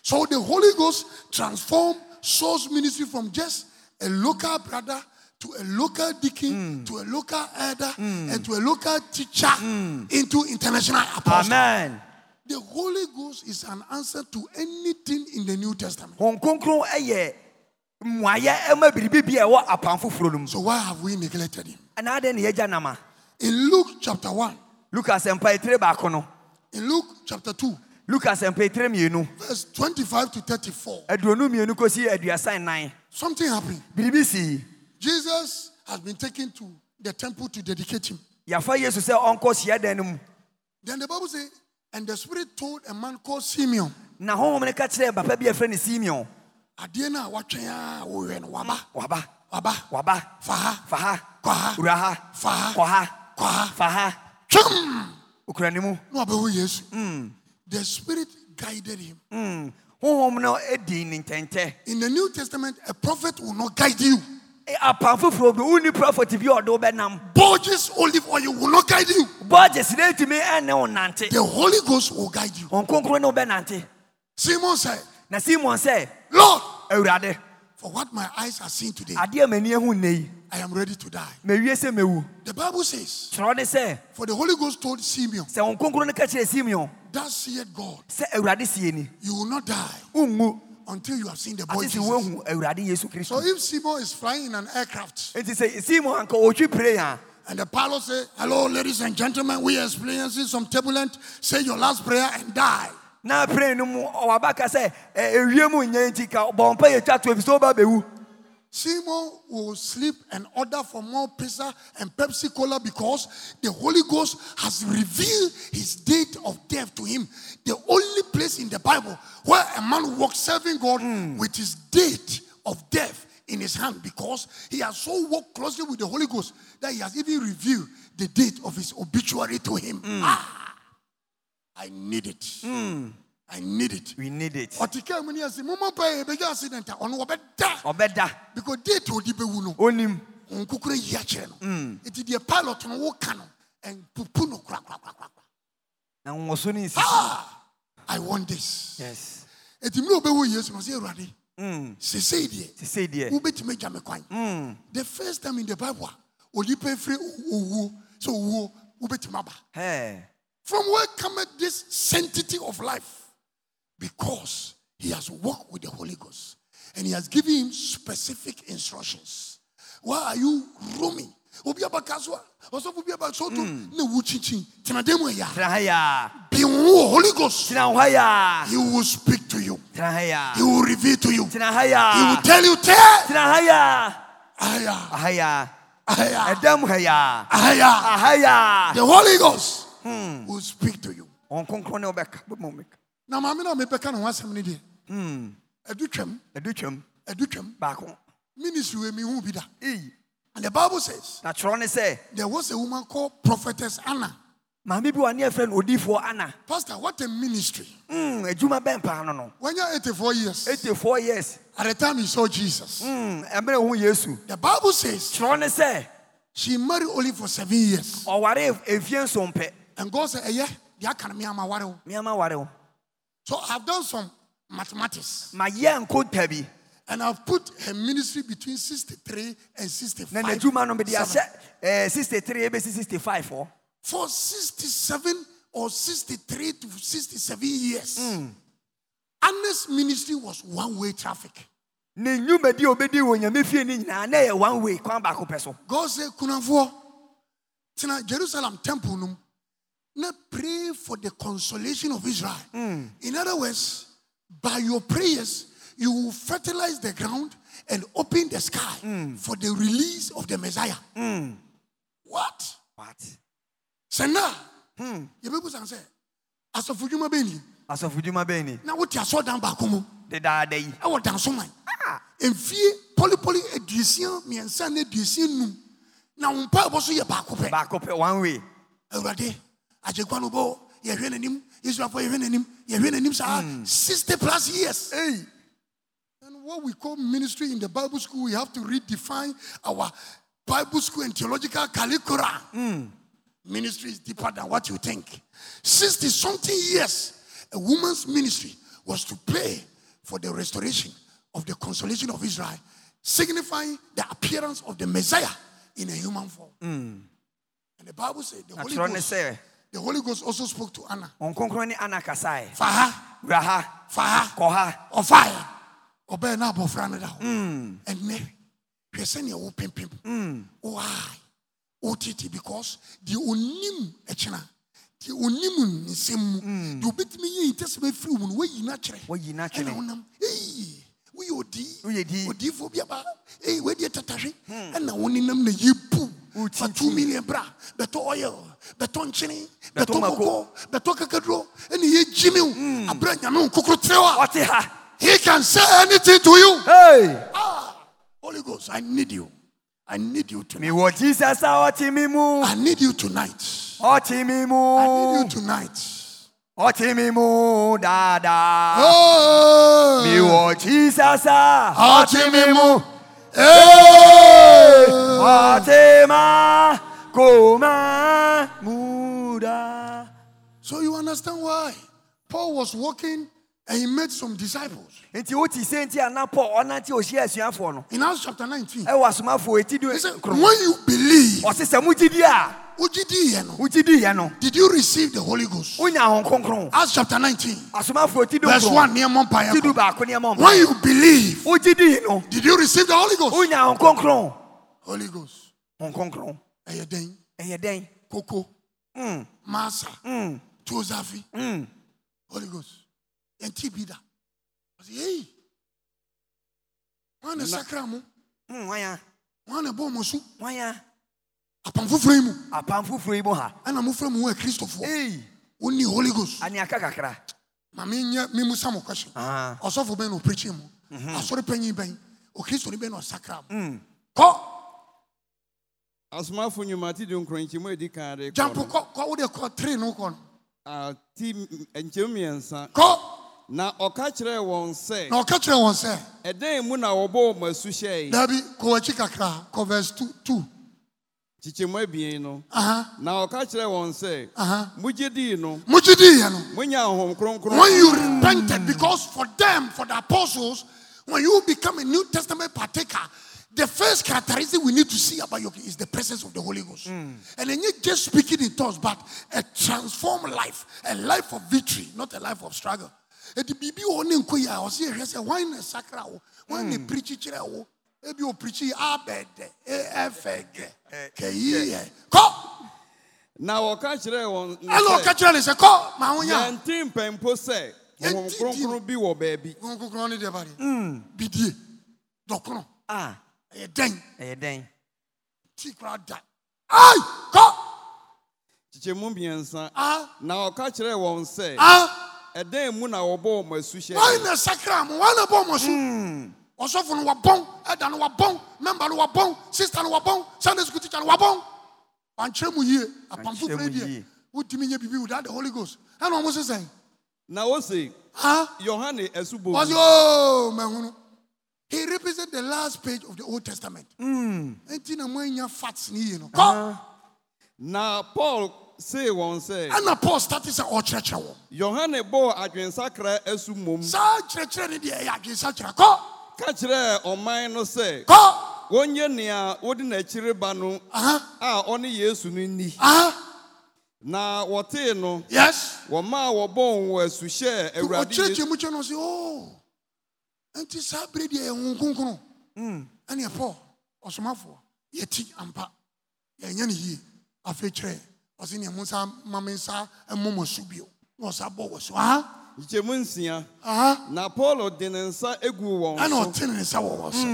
Speaker 1: So the Holy Ghost transformed Saul's ministry from just a local brother to a local deacon, to a local elder, and to a local teacher into international apostle.
Speaker 2: amen
Speaker 1: The Holy Ghost is an answer to anything in the New Testament.
Speaker 2: hɔn kronkron yɛ mmuayɛ ma biribi bi a ɛwɔ eh, apam foforɔ no mu
Speaker 1: So why have we neglected him?
Speaker 2: anaa dɛn ne yɛgya nama
Speaker 1: In Luke chapter 1,
Speaker 2: lukas mpa etire baako no
Speaker 1: in Luke chapter 2,
Speaker 2: lukas mpa etire mmienu
Speaker 1: verse 25 to 34,
Speaker 2: aduonu mmienu kɔsi aduasa nnan
Speaker 1: something happened.
Speaker 2: biribi sii
Speaker 1: Jesus has been taken to the temple to dedicate him.
Speaker 2: yɛafa yesu sɛ ɔnkɔ hyiadan no mu
Speaker 1: Then the Bible says, and the Spirit told a man called Simeon,
Speaker 2: na honhom no ka kyerɛɛ papa bi a yɛfrɛ no simeon
Speaker 1: Adiena watchaya woyen waba,
Speaker 2: waba
Speaker 1: waba,
Speaker 2: waba
Speaker 1: faha,
Speaker 2: fa ha
Speaker 1: kwaha,
Speaker 2: wura ha
Speaker 1: Fa ha.
Speaker 2: kɔ ha
Speaker 1: kwaha,
Speaker 2: fa ha
Speaker 1: chum,
Speaker 2: okura ne mu
Speaker 1: no abe who yes. The Spirit guided him.
Speaker 2: honhom no di ne ntɛntɛ
Speaker 1: In the New Testament, a prophet will not guide you.
Speaker 2: E, apan foforɔ bi wonni prophet bi a ɔde wo bɛnam
Speaker 1: Borges olive oil will not guide you.
Speaker 2: bɔges na ɛtumi ɛne wo nante
Speaker 1: The Holy Ghost will guide you.
Speaker 2: ɔnkonkro ne wo bɛnante
Speaker 1: Simon said,
Speaker 2: na simon sɛ
Speaker 1: Lord,
Speaker 2: awurade
Speaker 1: for what my eyes are seeing today,
Speaker 2: adeɛ a m'ani ahu nnɛ yi
Speaker 1: I am ready to die.
Speaker 2: mawie sɛ mewu
Speaker 1: The Bible says,
Speaker 2: kyerɛ ne sɛ
Speaker 1: For the Holy Ghost told Simeon,
Speaker 2: sɛ ɔnkonkro no ka kyerɛ simeon
Speaker 1: Thus saith God,
Speaker 2: sɛ awurade sie ni
Speaker 1: you will not die
Speaker 2: wonwu
Speaker 1: until you have seen the boy
Speaker 2: ase sɛ
Speaker 1: Jesus.
Speaker 2: woahu awurade yesu
Speaker 1: So
Speaker 2: kristo
Speaker 1: if Simon is flying in an aircraft
Speaker 2: enti sɛ simon anka ɔtwi pray a
Speaker 1: and the pilot say, Hello, ladies and gentlemen, we are experiencing some turbulent. Say your last prayer and die.
Speaker 2: na pray no mu ɔwaba ka sɛ "Ɛ, ewiem nnya nti ka bɔ mpa yɛtwa to ɛfi sɛ woba bɛwu
Speaker 1: Simon will sleep and order for more pizza and Pepsi Cola because the Holy Ghost has revealed his date of death to him. The only place in the Bible where a man walks serving God with his date of death in his hand because he has so walked closely with the Holy Ghost that he has even revealed the date of his obituary to him. Ah, I need it. I need it.
Speaker 2: we need it
Speaker 1: Ɔtika mu ni ɛsi, mo mọ pɛ ebegya accident a ɔno wɔbɛda.
Speaker 2: ɔbɛda
Speaker 1: Because date odi bɛwu no
Speaker 2: onim
Speaker 1: nkukuru yi akyerɛ no nti deɛ pilot no woka no ɛnpupu no korakorakorakora
Speaker 2: na nwɔso no nsi
Speaker 1: i want this
Speaker 2: yes
Speaker 1: ɛti mmerɛ wobɛwɔ yesu no sɛ awurade sesei deɛ
Speaker 2: sesei deɛ
Speaker 1: wobɛtumi agya me kwan the first time in the bible a onipa firi owuo sɛ owuo wobɛtumi aba
Speaker 2: Hey.
Speaker 1: from where cometh this sanctity of life because he has walked with the holy ghost and he has given him specific instructions why are you roaming obi aba kasua ɔsɔfo bi aba soto na wu chinchin tenadem ɛyɛ a
Speaker 2: tena ha yaa
Speaker 1: be wo wɔ holy ghost
Speaker 2: tena hɔ yaa
Speaker 1: he will speak to you
Speaker 2: tena ha yaa
Speaker 1: he will reveal to you he
Speaker 2: tena ha
Speaker 1: will
Speaker 2: yaa
Speaker 1: tell you tell
Speaker 2: tena ha yaa
Speaker 1: aya
Speaker 2: ha yaa
Speaker 1: aya
Speaker 2: ɛdam ha yaa
Speaker 1: aya
Speaker 2: ha yaa
Speaker 1: the holy ghost will speak to you
Speaker 2: ɔnkonkron ne wobɛka bɛma meka
Speaker 1: na maame na mepɛka ne ho asɛm no deɛ ɛdu twam
Speaker 2: ɛdu twam
Speaker 1: ɛdu twam
Speaker 2: baako
Speaker 1: ministry we mehu bi da.
Speaker 2: ei
Speaker 1: And the Bible says
Speaker 2: na kyerɛ ne sɛ
Speaker 1: there was a woman called prophetess Anna.
Speaker 2: maame bi wɔ ne yɛfrɛ no odiifoɔ ana
Speaker 1: Pastor, what a ministry.
Speaker 2: Mm, adwuma bɛn paa no no
Speaker 1: When you're 84 years,
Speaker 2: 84 years
Speaker 1: at the time he saw Jesus,
Speaker 2: Mm, ɛmerɛ ho yesu
Speaker 1: the Bible says
Speaker 2: kyerɛ ne sɛ
Speaker 1: she married only for seven years.
Speaker 2: ɔware ɛfie nso mpɛ
Speaker 1: And God said, eh, yeah, they are kind of me, I'm a warrior."
Speaker 2: meama ware wo
Speaker 1: So I've done some mathematics
Speaker 2: ma yɛ nko ta bi
Speaker 1: and I've put her ministry between 63 and
Speaker 2: na
Speaker 1: 65.
Speaker 2: n'adwuma no mede
Speaker 1: seven.
Speaker 2: ahyɛ eh, 63 bɛsi 65 hɔ
Speaker 1: for 67 or 63 to 67 years.
Speaker 2: Mm.
Speaker 1: Anna's ministry was one way traffic.
Speaker 2: ne nnwumadi a obɛdi wɔ nyame fie no nyinaa na ɛyɛ one way kwan baako pɛ so
Speaker 1: God said, Kunavuo, Tina Jerusalem temple num. Now pray for the consolation of Israel. In other words, by your prayers, you will fertilize the ground and open the sky for the release of the Messiah. What? Sena. You people say, as of Ujuma Beni,
Speaker 2: asɔfodwuma bɛn ni
Speaker 1: now what you saw down back home,
Speaker 2: dedaada yi
Speaker 1: I was down so much. And fear, polypoly, a decent, me and son, a decent. Now, Papa, so you're back
Speaker 2: baako pɛ one way
Speaker 1: awurade agyekwa no bɔ yɛhwɛ n'anim israelfoɔ yɛhwɛ n'anim yɛhwɛ n'anim saa sixty plus years. Hmm. Hey. and what we call ministry in the bible school we have to redefine our bible school and theological curricula. ministry is deeper than what you think sixty something years a woman's ministry was to pray for the restoration of the consolation of israel signifying the appearance of the messiah in a human form. And the Bible said the
Speaker 2: na
Speaker 1: Holy
Speaker 2: kyerɛ ne
Speaker 1: Ghost
Speaker 2: sɛ
Speaker 1: the Holy Ghost also spoke to Anna.
Speaker 2: ɔnkonkron ne ana kasae
Speaker 1: Faha,
Speaker 2: wura ha
Speaker 1: faha,
Speaker 2: kɔ ha
Speaker 1: or fire. Obey now, Bofrana.
Speaker 2: Hmm.
Speaker 1: And ne, we send your open people. Why? OTT, because the unim echina, the unim
Speaker 2: Hmm.
Speaker 1: nisemu, you beat me in test me free when we in actually.
Speaker 2: Wɔyi no akyerɛ.
Speaker 1: Hey, we odi.
Speaker 2: Woyɛ di. Hmm.
Speaker 1: Odi for biaba. Hey, where the tatashi? And I want them the yipu. For
Speaker 2: Wotintim.
Speaker 1: two million bra, beto oil, beto nchini,
Speaker 2: Bɛtɔ
Speaker 1: bɛtɔ
Speaker 2: mako.
Speaker 1: koko
Speaker 2: Hmm.
Speaker 1: bɛtɔ kakaduro ɛna yɛ gyi mi o abira nyame nkokoro tirɛ wa
Speaker 2: ɔte ha
Speaker 1: he can say anything to you
Speaker 2: hey
Speaker 1: holy ghost i need you i need you tonight
Speaker 2: mewɔ jesus a ɔte me mu
Speaker 1: i need you tonight
Speaker 2: ɔte me
Speaker 1: i need you
Speaker 2: mu
Speaker 1: tonight
Speaker 2: ɔte me mu daadaa
Speaker 1: oh
Speaker 2: mewɔ jesus a
Speaker 1: ɔte me mu Oh!
Speaker 2: Atema Goma Muda.
Speaker 1: So you understand why Paul was walking and he made some disciples.
Speaker 2: Nti wote sɛ nti ana Paul ɔnante ɔhyia asuafoɔ no.
Speaker 1: In Acts chapter 19,
Speaker 2: Ɛwɔ asomafoɔ eti do
Speaker 1: he said, When
Speaker 2: kurom.
Speaker 1: you believe,
Speaker 2: Ɔse sɛ mogye di a
Speaker 1: Ujidi, you know,
Speaker 2: wogye diiɛ no
Speaker 1: did you receive the Holy Ghost?
Speaker 2: wonya ahom kronkron.
Speaker 1: Acts chapter 19,
Speaker 2: Asomafoɔ ti do
Speaker 1: verse
Speaker 2: kurom.
Speaker 1: 1. near Mount Pion.
Speaker 2: Ti do baako nneɛma ɔmo.
Speaker 1: When you believe,
Speaker 2: Wogye dii no
Speaker 1: did you receive the Holy Ghost?
Speaker 2: wonya ahom kronkron.
Speaker 1: Holy Ghost.
Speaker 2: Ahom kronkron.
Speaker 1: Ẹyẹ dẹ́yìn,
Speaker 2: Ɛyɛ dɛn?
Speaker 1: kókó, masa, tozafi, Holy Ghost. Yẹn ti bi da. Ọ̀sẹ̀ yéyì. Wọ́n á na sakra mu,
Speaker 2: Mm, Wanya
Speaker 1: wọ́n á na bọ́ ọmọ su.
Speaker 2: wanya
Speaker 1: Àpàm fúfurú yìí mu,
Speaker 2: apam foforɔ yi mu ha.
Speaker 1: ẹ̀nà mo fẹ́ mu wọ́n ẹ̀ Kírísítọ̀fọ́.
Speaker 2: Ei
Speaker 1: Ó ní Holy Ghost.
Speaker 2: aneaka kakra.
Speaker 1: Màmí ń yẹ mímú sáàmù question.
Speaker 2: Aha.
Speaker 1: Ọ̀sọ́fọ̀ bẹ́ẹ̀ ni ò preaching mu. Asọ́rẹ́pẹ́yìn bẹ́ẹ̀ ni, ò Kírísítọ̀ ni bẹ́ẹ̀ ni ọ̀ sakra mu. Kọ́.
Speaker 3: asomafo nnwuma ti di nkurankyɛmu a edi kan de
Speaker 1: jump
Speaker 3: kɔ
Speaker 1: kɔ kɔ o de kɔ three no kɔ no
Speaker 3: no ti nkyɛmu mmiɛnsa
Speaker 1: kɔ
Speaker 3: na ɔka kyerɛɛ wɔn sɛ
Speaker 1: na ɔka kyerɛ wɔn sɛ
Speaker 3: ɛdɛn mu na wɔbɔ wɔn asu hyɛe
Speaker 1: daabi kɔ wɔkyi kakra kɔ verse two two
Speaker 3: kyekyɛmu abien no
Speaker 1: aha
Speaker 3: na ɔka kyerɛɛ wɔn sɛ
Speaker 1: aha
Speaker 3: mogye dii no
Speaker 1: mo gyi di yɛ no
Speaker 3: monya ahom
Speaker 1: when
Speaker 3: kronkron
Speaker 1: you repented because for them for the apostles when you become a new testament partaker the first characteristic we need to see about you is the presence of the holy ghost and then you just speaking in tongues but a transformed life a life of victory not a life of struggle eti biribi wɔ hɔ ne nko yi a ɔsi ehwɛ sɛ wɔn na sakra wo wɔn na pirikyi kyerɛ wo ebi o pirikyi abɛɛdɛ efɛ gɛ kɛyi yɛ kɔ
Speaker 3: na ɔka kyerɛɛ wɔn no
Speaker 1: ɛna ɔka
Speaker 3: sɛ
Speaker 1: kyerɛ ne sɛ kɔ maa ho nya
Speaker 3: yɛnte mpɛmpo sɛ honhom
Speaker 1: Yɛnte di-
Speaker 3: kronkron bi wɔ baabi
Speaker 1: nkonkron ne deɛ ba deɛ bidie dɔkono
Speaker 2: A
Speaker 1: ɛyɛ dɛn
Speaker 2: ɛyɛ dɛn?
Speaker 1: ti koraa da ai kɔ
Speaker 3: kyekyɛmu mmiɛnsa
Speaker 1: a
Speaker 3: na ɔka kyerɛɛ wɔn sɛ
Speaker 1: a
Speaker 3: ɛdɛn mu na wɔbɔ wɔn asu hyɛe
Speaker 1: wɔn na sakra mo wɔn na bɔ mo so ɔsɔfo no wabɔn ɛda no wabɔn mɛmba no wabɔn sista no wabɔn sunday school teacher no wabɔn wankyerɛ mu yie apamfo
Speaker 2: Wankyerɛ
Speaker 1: kura
Speaker 2: mu
Speaker 1: deɛ
Speaker 2: yie.
Speaker 1: wotumi nyɛ biribi without the holy ghost ɛna wɔn so sɛn
Speaker 3: na ose
Speaker 1: a
Speaker 3: Hmm. yohane asubɔ
Speaker 1: wɔsi ooo mɛhunu he represent the last page of the old testament ɛnti na mo anya facts ni yie no kɔ
Speaker 3: na paul see wɔn sɛ
Speaker 1: ɛna paul start sɛ ɔkyerɛkyerɛ wɔn.
Speaker 3: yohane bɔɔ adwensakra asu mmom
Speaker 1: saa kyerɛkyerɛ ne deɛ ɛyɛ adwensa kyerɛ kɔ
Speaker 3: ka kyerɛɛ ɔman no sɛ
Speaker 1: kɔ
Speaker 3: wɔnyɛ nea wode n'akyiri ba no
Speaker 1: aha
Speaker 3: a ɔne yesu no ni
Speaker 1: Ah! aha
Speaker 3: na wɔtee no
Speaker 1: yes
Speaker 3: wɔma a wɔbɔ wɔn asu hyɛɛ awurade Yesu-
Speaker 1: ɔkyerɛkyerɛ mu kyɛ no sɛ oo nti saa bere deɛ yɛ ho kronkrono
Speaker 3: Hmm.
Speaker 1: ɛneɛ paul ɔsomafoɔ yɛti ampa yɛnyɛ no yie afei kyerɛ ɔse neɛ mo nsa ma me nsa mmɔ mo asu bio na ɔsa bɔ wɔ so aha
Speaker 3: nkyɛmu nsia
Speaker 1: aha
Speaker 3: na paulo de ne nsa eguu wɔn
Speaker 1: ɛna
Speaker 3: so Hmm.
Speaker 1: ɔtene ne nsa wɔ wɔ so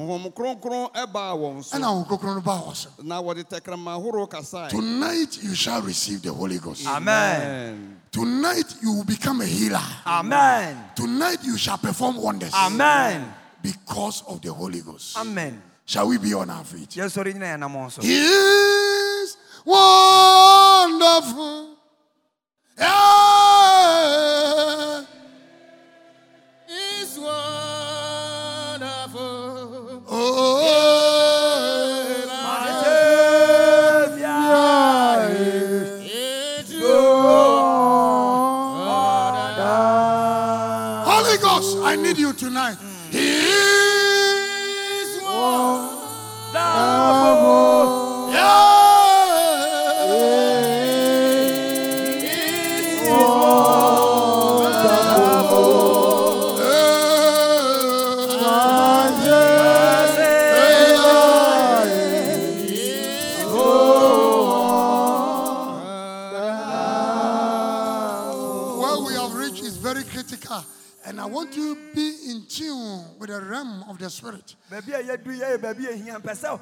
Speaker 3: honhom kronkron ɛbaa wɔn so
Speaker 1: ɛna ho kronkrono no baa wɔ so
Speaker 3: na wɔde tɛkrɛma ahorow kasae
Speaker 1: tonight you shall receive the holy ghost
Speaker 2: Amen.
Speaker 1: tonight you will become a healer
Speaker 2: Amen.
Speaker 1: Tonight you shall perform wonders.
Speaker 2: Amen.
Speaker 1: Because of the Holy Ghost.
Speaker 2: Amen.
Speaker 1: Shall we be on our feet?
Speaker 2: Yesu ɔre nyina yɛn nam wɔn so.
Speaker 1: He is wonderful. Yeah.
Speaker 4: It's wonderful.
Speaker 1: Oh.
Speaker 4: It's
Speaker 1: Holy Ghost, I need you tonight. He is wonderful. Yeah. Where we have reached is very critical, and I want you to be in tune with the realm of the spirit.
Speaker 2: Baabi a yɛadu yi yɛ baabi a ehia mpɛ sɛ